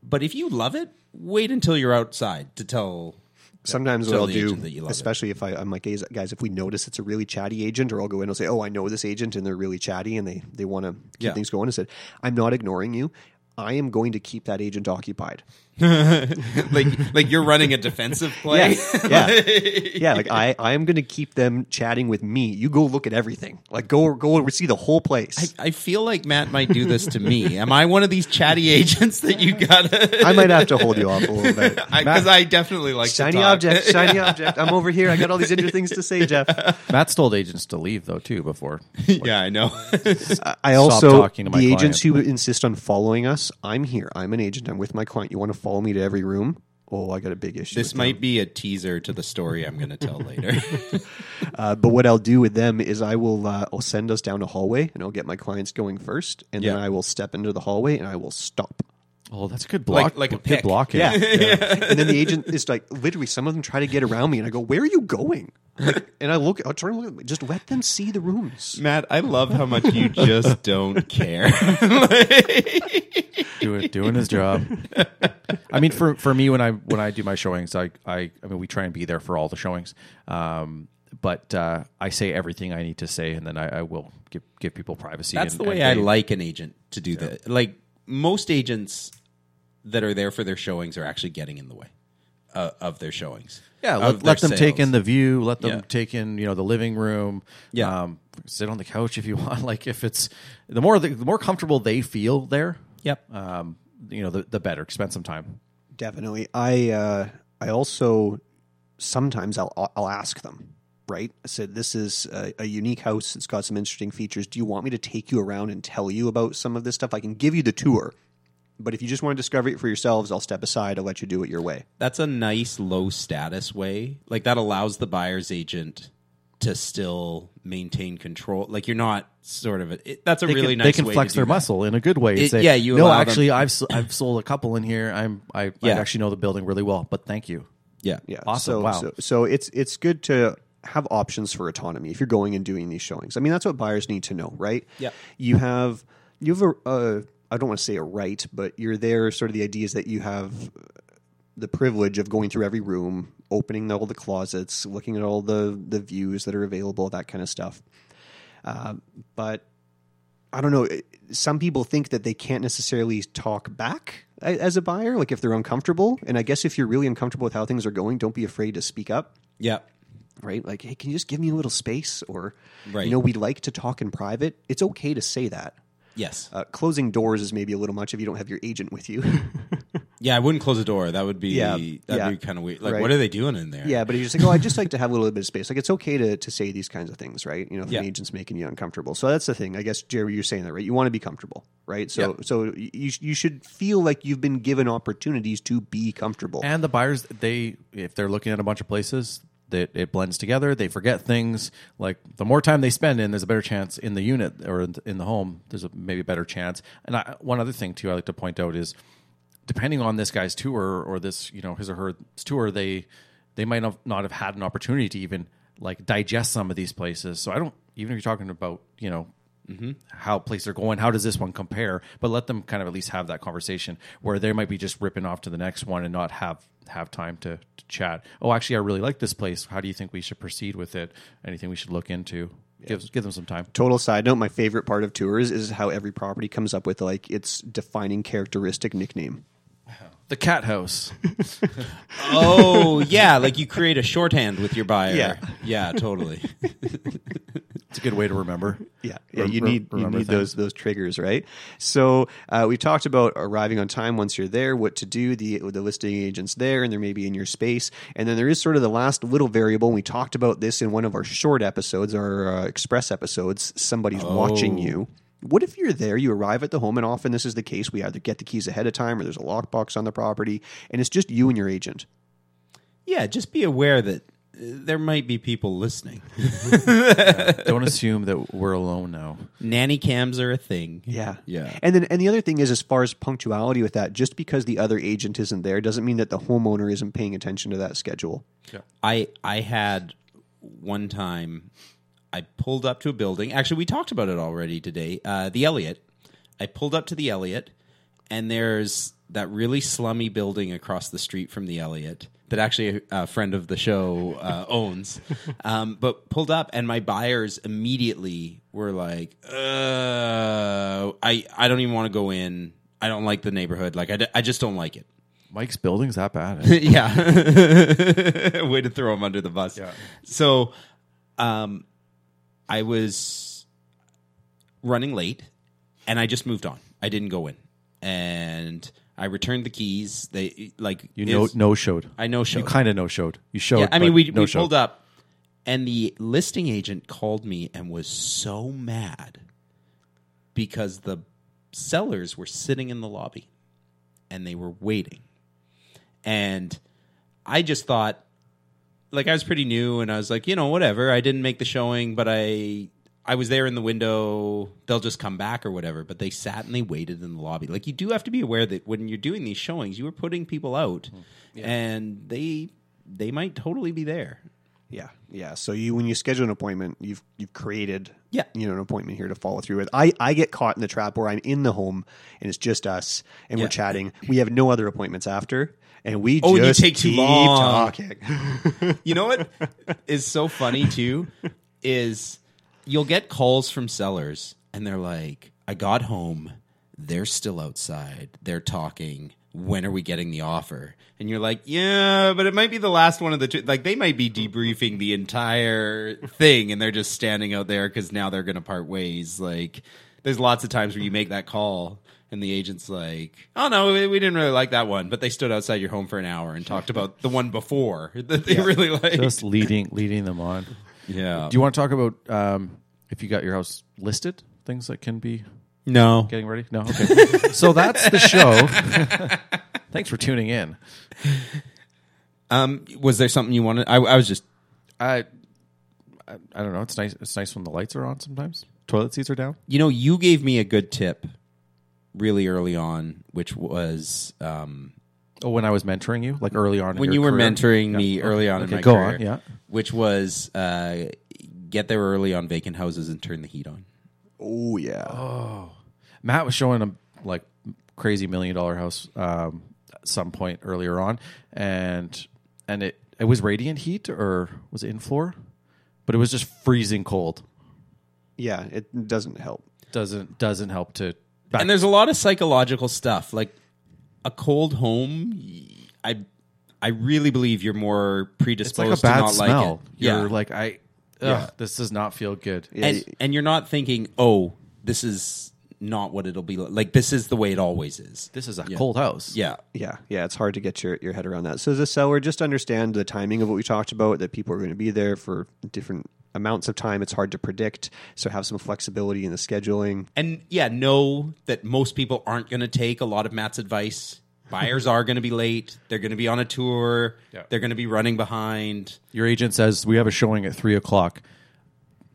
But if you love it, wait until you're outside to tell. (laughs)
Sometimes
Tell
what I'll
the
do,
agent that you love it.
especially if I, I'm like, "Guys- guys, if we notice it's a really chatty agent, or I'll go in and I'll say, oh, I know this agent, and they're really chatty, and they, they want to keep
Yeah.
things going. I said, I'm not ignoring you. I am going to keep that
(laughs)
agent occupied.
like like you're running a
(laughs)
defensive play.
yeah, yeah. Like I, I am going to keep them chatting with me. You go look at everything. Like go, go see the whole place.
I feel like Matt might do this to me. Am I one of these chatty (laughs) agents that you gotta? (laughs)
I, might have to hold you off a little bit
Because (laughs) I, definitely like to
Shiny
talk.
object, shiny object. I'm over here. I got all these interesting things to say, Jeff.
Matt's told agents to leave though too before.
(laughs) yeah, I know.
(laughs)
(laughs)
I
Stop
also
talking to my
the
client.
agents who insist on following us. I'm here. I'm an agent. I'm with my client. You want to follow me to every room? Oh, I got a big issue.
this
with
might be a teaser to the story I'm going to tell
(laughs)
later.
Uh, but what I'll do with them is I will uh, I'll send us down a hallway and I'll get my clients going first, and then
Yeah.
I will step into the hallway and I will stop.
Oh, that's good block.
Like- like a
good
pick.
blocking.
(laughs)
and then the agent is like, literally, some of them try to get around me, and I go, "Where are you going?" Like, and I look, I'll turn, and look, at them. just let them see the rooms.
Matt, I love how much you just don't care. (laughs)
doing doing his job. I mean, for for me when I when I do my showings, I I, I mean we try and be there for all the showings. Um, but uh, I say everything I need to say, and then I, I will give give people privacy.
That's
and-
the way
and
I
they-
like an agent to do that. Like most agents that are there for their showings are actually getting in the way uh, of their showings.
Yeah,
of
let,
their
let them take
sales.
in the view. Let them
Yeah.
take in you know the living room.
Yeah.
um, sit on the couch if you (laughs) want. Like if it's the more the, the more comfortable they feel there.
Yep.
Um, you know the the better. Spend some time.
Definitely. I uh, I also sometimes I'll I'll ask them. Right, I said this is a, a unique house. It's got some interesting features. Do you want me to take you around and tell you about some of this stuff? I can give you the tour, but if you just want to discover it for yourselves, I'll step aside. I'll let you do it your way.
That's a nice low status way. Like that allows the buyer's agent to still maintain control. Like you're not sort of a, it, that's a
they
really
can,
nice
they can
way
flex
to do
their
that.
muscle in a good way. and
It-
say,
yeah, you
no,
allow them-
actually, I've s- I've sold a couple in here. I'm I, I
Yeah.
actually know the building really well, but thank you.
Yeah.
Yeah.
Awesome.
So,
Wow.
So, so it's it's good to have options for autonomy if you're going and doing these showings. I mean, that's what buyers need to know, right?
Yep.
You have you have a, a I don't want to say a right, but you're there. Sort of the idea is that you have the privilege of going through every room, opening all the closets, looking at all the the views that are available, that kind of stuff. Uh, but I don't know. it- Some people think that they can't necessarily talk back a- as a buyer, like if they're uncomfortable. And I guess if you're really uncomfortable with how things are going, don't be afraid to speak up,
Yeah.
right? Like, hey, can you just give me a little space? Or,
Right.
you know, we like to talk in private. It's okay to say that.
Yes.
Uh, closing doors is maybe a little much if you don't have your agent with you. (laughs)
yeah, I wouldn't close the door. That would be
Yeah,
that'd
yeah,
be kind of weird. Like
right.
what are they doing in there?
yeah, but you're just like, oh, I just like to have a little bit of space. Like, it's okay to, to say these kinds of things, right? You know, if
Yeah.
an agent's making you uncomfortable. So that's the thing. I guess, Jerry, you're saying that, right? You want to be comfortable, right? So, so y- you, sh- you should feel like you've been given opportunities to be comfortable.
And the buyers, they if they're looking at a bunch of places, that it blends together. They forget things. Like the more time they spend in, there's a better chance in the unit or in- in the home. There's a, maybe a better chance. And I, one other thing too, I like to point out is, depending on this guy's tour or this, you know, his or her tour, they they might not not have had an opportunity to even like digest some of these places. So I don't even if you're talking about you know how places are going. How does this one compare? But let them kind of at least have that conversation where they might be just ripping off to the next one and not have have time to, to chat. Oh, actually, I really like this place. How do you think we should proceed with it? Anything we should look into? Give give them some time.
Total side note, my favorite part of tours is how every property comes up with like its defining characteristic nickname.
The cat house.
(laughs) Oh yeah, like you create a shorthand with your buyer.
Yeah.
yeah totally.
It's a good way to
(laughs)
remember.
Yeah, yeah.
Rem-
You
rem-
need you
remember
need
things.
those those triggers, right? So uh, we talked about arriving on time once you're there, what to do. The the listing agent's there, and they're maybe in your space. And then there is sort of the last little variable. And we talked about this in one of our short episodes, our uh, express episodes. Somebody's watching
Oh.
you. What if you're there, you arrive at the home, and often this is the case. We either get the keys ahead of time or there's a lockbox on the property, and it's just you and your agent.
Yeah, just be aware that uh, there might be people listening.
Don't assume that we're alone now.
Nanny cams are a thing.
Yeah.
Yeah.
And then and the other thing is as far as punctuality with that, just because the other agent isn't there doesn't mean that the homeowner isn't paying attention to that schedule.
I I had one time I pulled up to a building. Actually, we talked about it already today. Uh, the Elliot. I pulled up to the Elliot, and there's that really slummy building across the street from the Elliot that actually a, a friend of the show uh, owns. Um, but pulled up, and my buyers immediately were like, uh, "I I don't even want to go in. I don't like the neighborhood. Like I, d- I just don't like it."
Mike's building's that bad. eh?
(laughs) yeah. (laughs) Way to throw him under the bus. So um I was running late and I just moved on. I didn't go in. And I returned the keys. They like
you know,
is-
no showed.
I no showed.
You kind of no showed. You showed.
Yeah, I mean
but
we,
no
we
showed.
pulled up (laughs) and the listing agent called me and was so mad because the sellers were sitting in the lobby and they were waiting. And I just thought, like, I was pretty new and I was like, you know, whatever. I didn't make the showing, but I. I was there in the window. They'll just come back or whatever. But they sat and they waited in the lobby. Like you do have to be aware that when you're doing these showings, you are putting people out, and they they might totally be there.
Yeah. Yeah. So you when you schedule an appointment, you've you've created
Yeah.
you know an appointment here to follow through with. I, I get caught in the trap where I'm in the home and it's just us and
Yeah.
we're chatting. We have no other appointments after and we
Oh, and you
just
take too
keep
long.
talking.
You know what is so funny too is you'll get calls from sellers and they're like, "I got home, they're still outside, they're talking. When are we getting the offer?" And you're like, "Yeah, but it might be the last one of the two. like they might be debriefing the entire thing and they're just standing out there cuz now they're going to part ways." Like there's lots of times where you make that call and the agent's like, "Oh no, we, we didn't really like that one, but they stood outside your home for an hour and talked about the one before (laughs) that they really liked."
Just leading, leading them on.
yeah.
Do you want to talk about um, if you got your house listed? Things that can be
No.
getting ready. No, okay. so that's the show. (laughs) Thanks for tuning in.
Um, was there something you wanted? I, I was just.
I, I, I don't know. It's nice. It's nice when the lights are on. Sometimes toilet seats are down.
You know, you gave me a good tip really early on, which was um,
Oh, when I was mentoring you, like early on, in
when
your
you were
career?
mentoring
Yeah.
me early on
Okay,
in my
go
career.
on, yeah.
Which was uh, get there early on vacant houses and turn the heat on.
oh yeah.
Matt was showing a like crazy million dollar house um, at some point earlier on, and and it it was radiant heat or was it in floor, but it was just freezing cold.
Yeah, it doesn't help.
Doesn't doesn't help to. Back,
And there's a lot of psychological stuff, like a cold home. y- I I really believe you're more
it's like
predisposed
a bad
to not
smell.
like it. yeah.
You're like I. Ugh, This does not feel good.
and, and you're not thinking, oh, this is not what it'll be like. Like this is the way it always is.
This is a cold house.
yeah,
Yeah, yeah, it's hard to get your, your head around that. So as a seller, just understand the timing of what we talked about, that people are going to be there for different amounts of time. It's hard to predict. So have some flexibility in the scheduling.
and yeah, know that most people aren't going to take a lot of Matt's
(laughs)
advice. Buyers are going to be late. They're going to be on a tour.
Yeah.
They're going to be running behind.
Your agent says we have a showing at three o'clock.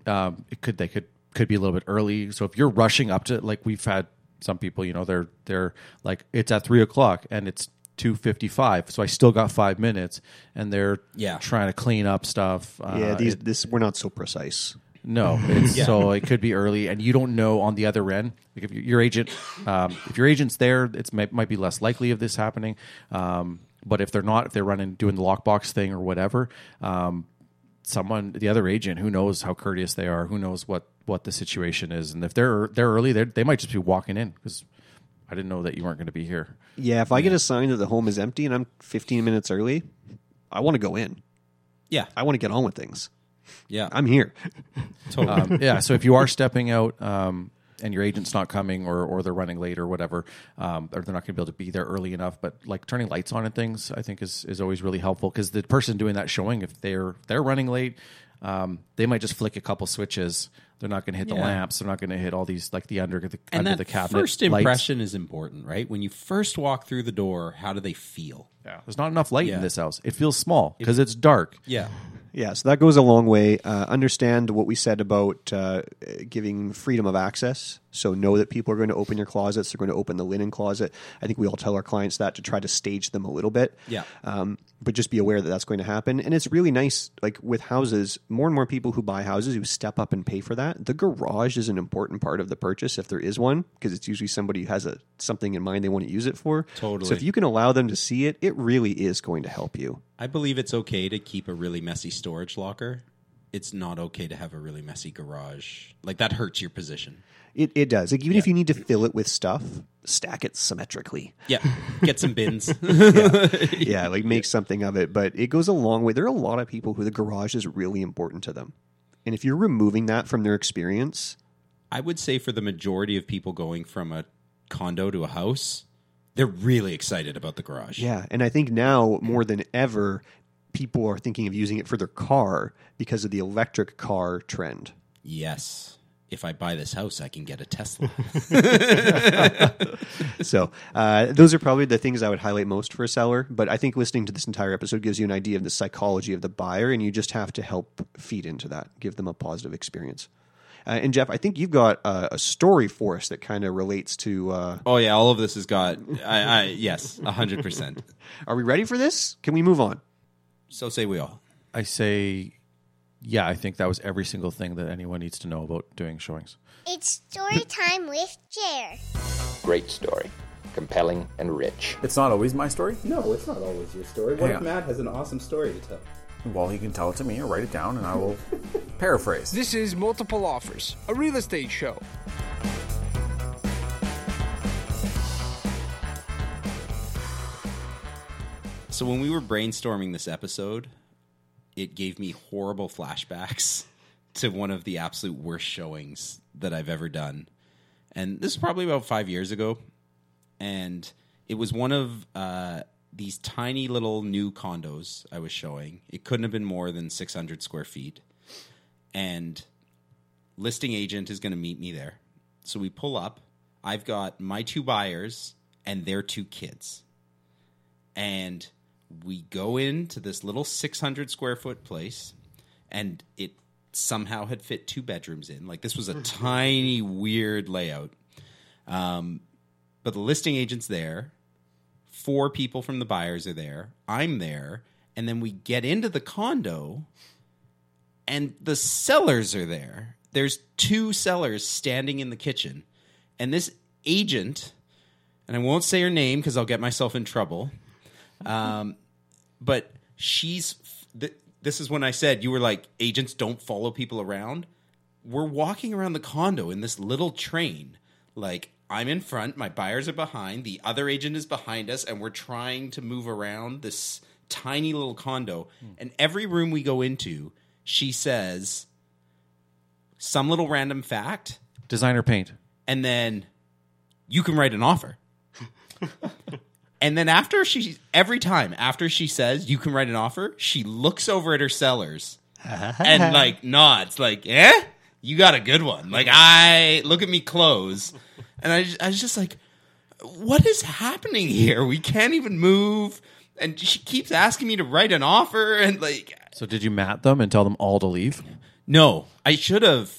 Um, it could they could could be a little bit early. So if you're rushing up to like we've had some people, you know, they're they're like it's at three o'clock and it's two fifty five. So I still got five minutes, and they're
Yeah.
trying to clean up stuff. Uh,
Yeah, these
it-
this we're not so precise.
no, it's, so it could be early, and you don't know on the other end. Like if your- your agent, um, if your agent's there, it's might, might be less likely of this happening. Um, but if they're not, if they're running doing the lockbox thing or whatever, um, someone, the other agent, who knows how courteous they are, who knows what what the situation is, and if they're they're early, they they might just be walking in because I didn't know that you weren't going to be here.
Yeah, if I get a sign that the home is empty and I'm 15 minutes early, I want to go in.
Yeah,
I want to get on with things.
Yeah. Uh,
I'm here.
Totally. (laughs)
Um, yeah. So if you are stepping out um, and your agent's not coming or, or they're running late or whatever, um, or they're not going to be able to be there early enough, but like turning lights on and things, I think is, is always really helpful because the person doing that showing, if they're they're running late, um, they might just flick a couple switches. They're not going to hit the
Yeah.
lamps. They're not going to hit all these like the under the
and
under
that
the cabinet.
first
lights.
impression is important, right? When you first walk through the door, how do they feel?
Yeah. There's not enough light
Yeah.
in this house. It feels small because it's dark.
Yeah.
Yeah, so that goes a long way. Uh, understand what we said about uh, giving freedom of access. So know that people are going to open your closets. They're going to open the linen closet. I think we all tell our clients that to try to stage them a little bit.
Yeah.
Um, but just be aware that that's going to happen. And it's really nice, like with houses, more and more people who buy houses who step up and pay for that. The garage is an important part of the purchase if there is one, because it's usually somebody who has a something in mind they want to use it for.
Totally.
So if you can allow them to see it, it really is going to help you.
I believe it's okay to keep a really messy storage locker. It's not okay to have a really messy garage. Like that hurts your position.
It, it does. Like even if you need to fill it with stuff, stack it symmetrically.
(laughs) Yeah. Get some bins.
Yeah, like make something of it. But it goes a long way. There are a lot of people who the garage is really important to them. And if you're removing that from their experience,
I would say for the majority of people going from a condo to a house, they're really excited about the garage.
yeah. And I think now more than ever, people are thinking of using it for their car because of the electric car trend.
Yes. If I buy this house, I can get a Tesla.
So uh, those are probably the things I would highlight most for a seller. But I think listening to this entire episode gives you an idea of the psychology of the buyer, and you just have to help feed into that, give them a positive experience. Uh, and Jeff, I think you've got uh, a story for us that kind of relates to. Uh,
(laughs) oh yeah, all of this has got I, I yes, hundred percent.
are we ready for this? Can we move on?
So say we all.
I say, yeah, I think that was every single thing that anyone needs to know about doing showings.
It's story time with Jer.
Great story. Compelling and rich.
It's not always my story?
No, it's not always your story.
Hang
What if
on.
Matt has an awesome story to tell?
Well, you can tell it to me or write it down and I will paraphrase.
This is Multiple Offers, a real estate show.
So when we were brainstorming this episode, it gave me horrible flashbacks (laughs) to one of the absolute worst showings that I've ever done. And this is probably about five years ago. And it was one of uh, these tiny little new condos I was showing. It couldn't have been more than 600 square feet. And listing agent is going to meet me there. So we pull up. I've got my two buyers and their two kids and we go into this little 600 square foot place and it somehow had fit two bedrooms in like this was a tiny weird layout um, but the listing agent's there four people from the buyers are there i'm there and then we get into the condo and the sellers are there there's two sellers standing in the kitchen and this agent and i won't say her name because i'll get myself in trouble um, but she's th- this is when I said you were like agents don't follow people around. We're walking around the condo in this little train. Like I'm in front, my buyers are behind, the other agent is behind us, and we're trying to move around this tiny little condo. And every room we go into, she says some little random fact,
Designer paint.
and then you can write an offer. and then after she, every time after she says you can write an offer, she looks over at her sellers and like nods, like, eh, you got a good one. Like I look at me close, and I, just- I was just like, what is happening here? We can't even move, and she keeps asking me to write an offer, and like
So did you mat them and tell them all to leave?
no, I should have.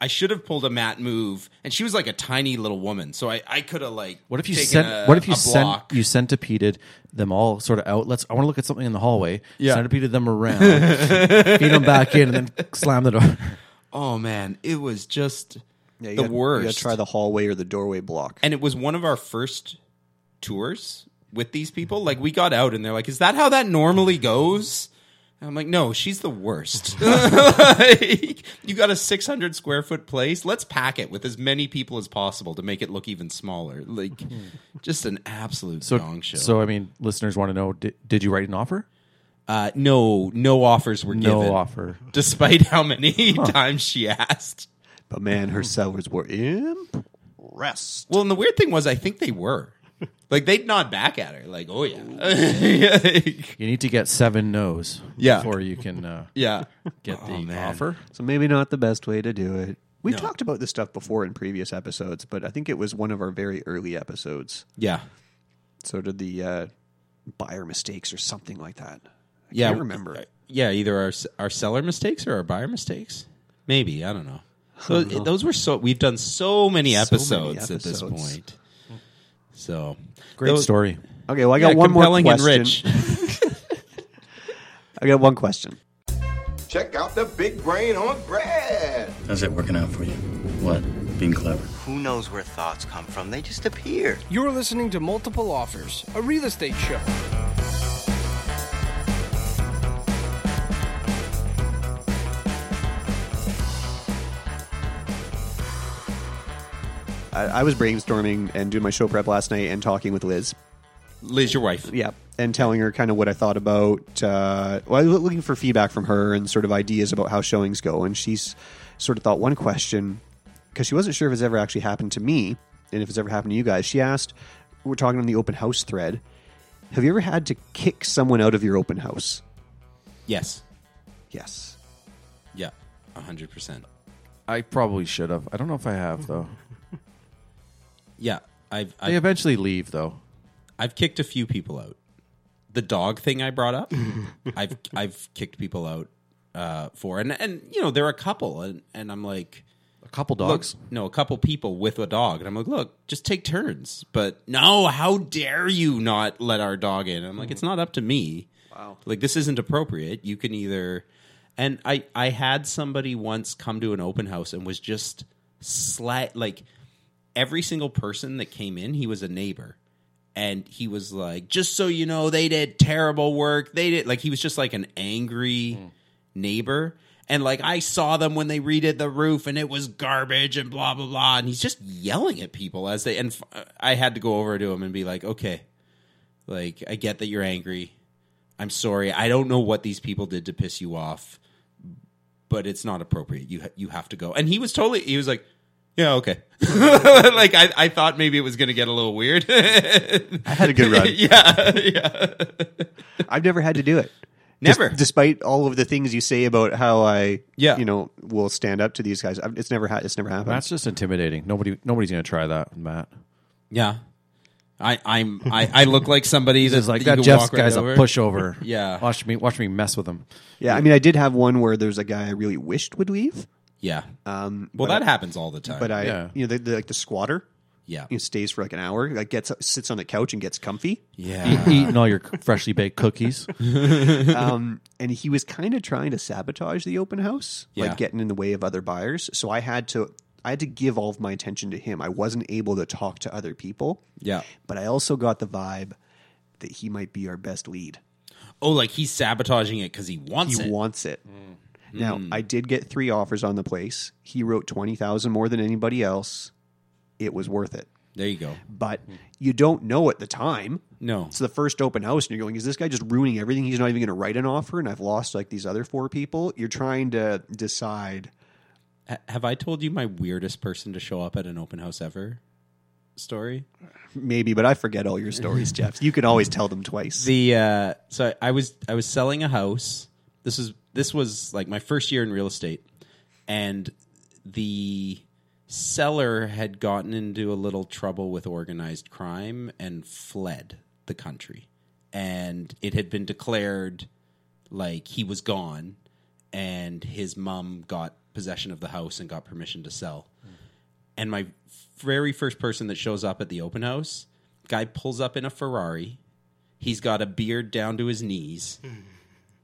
I should have pulled a mat move, and she was like a tiny little woman, so I, I could have like.
What if you
taken
sent?
a-
what if you
a
sent?
block.
You centipeded them all sort of out. Let's. I want to look at something in the hallway.
Yeah.
Centipeded (laughs) them around, feed them back in, and then slam the door.
Oh man, it was just the
gotta- You got
worst.
to try the hallway or the doorway block.
and it was one of our first tours with these people. Like we got out, and they're like, "Is that how that normally goes?" And I'm like, "No, she's the worst. (laughs) Like, you got a 600 square foot place. Let's pack it with as many people as possible to make it look even smaller. Like,
Hmm.
just an absolute
So,
dong show."
so I mean, listeners want to know: did, did you write an offer?
Uh, no, no offers were
No
given.
offer.
despite how many
(laughs)
times she asked.
But man, her sellers were impressed.
Well, and the weird thing was, I think they were. Like they'd nod back at her, like, "Oh yeah,
you need to get seven no's
Yeah.
before you can uh,
yeah."
get the
man.
offer.
So maybe not the best way to do it. We have talked about this stuff before in previous episodes, but I think it was one of our very early episodes.
(laughs) Yeah.
So did the uh, buyer mistakes or something like that. I
yeah,
can't remember.
Yeah, either our our seller mistakes or our buyer mistakes. Maybe I don't know. So
don't know.
those were so we've done so many
So many
episodes, at this
episodes.
point. So
Great
those-
story.
Okay, well I got
Yeah,
one more
compelling and
question. (laughs) I got one question.
Check out the big brain on Brad.
How's it working out for you? What? Being clever.
Who knows where thoughts come from? They just appear.
You're listening to Multiple Offers, a real estate show.
I, I was brainstorming and doing my show prep last night and talking with Liz.
Liz, your wife.
Yeah. And telling her kind of what I thought about. Uh, well, I was looking for feedback from her and sort of ideas about how showings go. And she's sort of thought one question, because she wasn't sure if it's ever actually happened to me and if it's ever happened to you guys. She asked, we're talking on the open house thread, have you ever had to kick someone out of your open house?
Yes.
Yes.
Yeah. hundred percent.
I probably should have. I don't know if I have though.
Yeah. I've
they
I've,
eventually leave though.
I've kicked a few people out. The dog thing I brought up, I've I've kicked people out uh, for, and and you know there are a couple, and and I'm like
a couple dogs?
no, a couple people with a dog, and I'm like, look, just take turns. But no, how dare you not let our dog in? I'm like, it's not up to me. Wow, like this isn't appropriate. You can either, and I I had somebody once come to an open house and was just slat like every single person that came in, he was a neighbor. And he was like, just so you know, they did terrible work. They did like he was just like an angry neighbor. And like I saw them when they redid the roof and it was garbage and blah blah blah. And he's just yelling at people as they and f- I had to go over to him and be like, okay, like I get that you're angry. I'm sorry. I don't know what these people did to piss you off, but it's not appropriate. You ha- you have to go. And he was totally. He was like, yeah, okay. (laughs) like I, I thought maybe it was going to get a little weird. (laughs) I
had a good run.
yeah, yeah.
(laughs) I've never had to do it.
Never.
Des- despite all of the things you say about how I,
Yeah.
you know, will stand up to these guys. I've, it's never ha- it's never happened.
That's just intimidating. Nobody nobody's gonna try that, with Matt.
Yeah. I, I'm I, I look like somebody that's
like
you
that
can
Jeff's
walk right
guy's
over."
a pushover.
(laughs) yeah.
Watch me watch me mess with him.
Yeah, I mean, I did have one where there's a guy I really wished would leave.
Yeah.
Um,
Well,
but
that
I-
happens all the time.
But I,
Yeah.
you know, the, the, like the squatter.
Yeah.
he stays for like an hour. Like gets sits on a couch and gets comfy.
Eat- eating all your c- freshly baked cookies.
um, and he was kind of trying to sabotage the open house,
Yeah.
like getting in the way of other buyers. So I had to, I had to give all of my attention to him. I wasn't able to talk to other people.
(laughs) Yeah.
but I also got the vibe that he might be our best lead.
Oh, like he's sabotaging it because he wants
he
it.
wants it. Now,
Hmm.
I did get three offers on the place. He wrote 20,000 more than anybody else. It was worth it.
There you go.
But you don't know at the time.
No.
It's the first open house, and you're going, is this guy just ruining everything? He's not even going to write an offer, and I've lost like these other four people. You're trying to decide.
Ha- Have I told you my weirdest person to show up at an open house ever story?
Maybe, but I forget all your stories, Jeff. You can always tell them twice.
The uh, so I was I was selling a house. This is this was like my first year in real estate, and the seller had gotten into a little trouble with organized crime and fled the country, and it had been declared like he was gone, and his mom got possession of the house and got permission to sell and my very first person that shows up at the open house guy pulls up in a ferrari he's got a beard down to his knees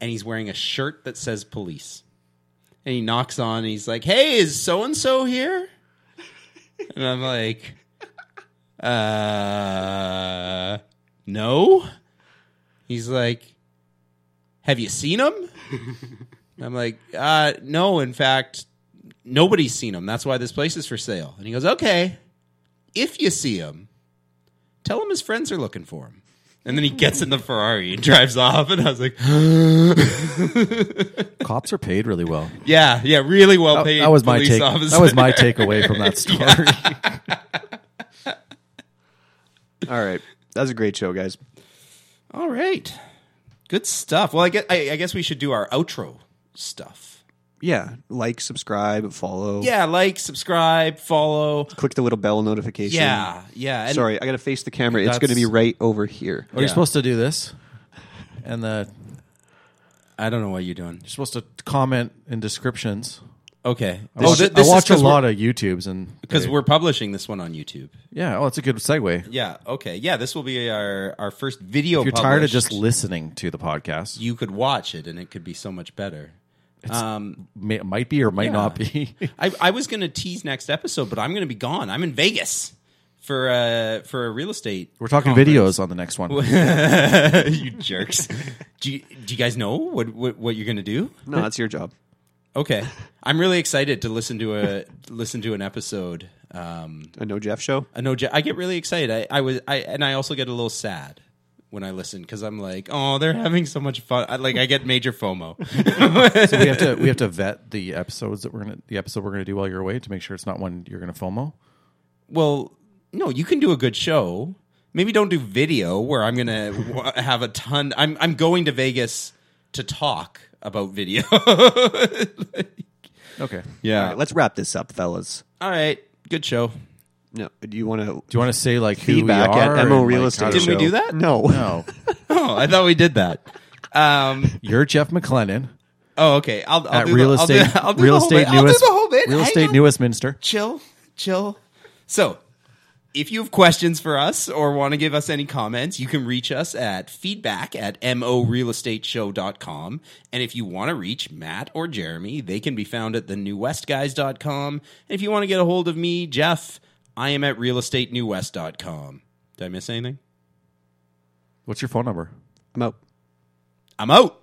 and he's wearing a shirt that says police and he knocks on and he's like hey is so and so here and i'm like uh no he's like have you seen him I'm like, uh, no, in fact, nobody's seen him. That's why this place is for sale. And he goes, okay, if you see him, tell him his friends are looking for him. And then he gets in the Ferrari and drives off, and I was like,
(laughs) Cops are paid really well.
"Yeah, yeah, really well
That-
paid."
That was my
police
take.
Officer.
That
(laughs)
was my takeaway from that story.
All right. That was a great show, guys.
All right, good stuff. Well, I guess I, I guess we should do our outro stuff.
Yeah. Like, subscribe, follow.
Yeah, like, subscribe, follow.
Click the little bell notification.
Yeah, yeah, and-
Sorry, I got to face the camera. It's
That's-
going to be right over here.
Are you supposed to do this? And the
I don't know what you're doing.
You're supposed to comment in descriptions.
Okay.
I watch,
thi-
I
this is
watch a
'cause we're-
lot of YouTubes and
because
they-
we're publishing this one on YouTube.
yeah. Oh, it's a good segue.
Yeah. Okay. Yeah. This will be our our first video.
if you're tired of
published.
just listening to the podcast,
you could watch it, and it could be so much better. Um,
may, might be or might not
(laughs)
be.
I, I was going to tease next episode, but I'm going to be gone. I'm in Vegas for uh for a real estate.
We're talking
conference.
videos on the next one.
(laughs) you jerks. Do you, do you guys know what what, what you're going to do?
No, that's your job.
Okay. I'm really excited to listen to a listen to an episode. Um,
a no Jeff show.
A no Jeff. I get really excited. I, I was I and I also get a little sad when I listen because I'm like, oh, they're having so much fun. I, like I get major FOMO.
so we have to we have to vet the episodes that we're gonna the episode we're gonna do while you're away to make sure it's not one you're gonna FOMO.
Well, no, you can do a good show. Maybe don't do video where I'm
(laughs)
gonna w- have a ton. I'm I'm going to Vegas to talk about video. (laughs)
Okay.
Yeah.
All right, let's wrap this up, fellas.
All right. Good show.
No, do you want to? Do
you want to say like who we
feedback
are
at
and,
Mo
like,
Real
how
Estate?
to-
Didn't we do that?
No.
No.
oh, I thought we did that. Um,
You're Jeff McLennan
oh, okay. I'll, I'll
at
do
Real
the, I'll do-
Estate
I'll do
Real
the whole
Estate
bit. I'll do
Newest
the whole bit.
Real
Hang
Estate
on.
Newest Minster.
chill, chill. So, if you have questions for us or want to give us any comments, you can reach us at feedback at morealestateshow.com. And if you want to reach Matt or Jeremy, they can be found at thenewwestguys.com. And if you want to get a hold of me, Jeff, I am at realestatenewwest.com. Did I miss anything?
What's your phone number?
I'm out.
I'm out.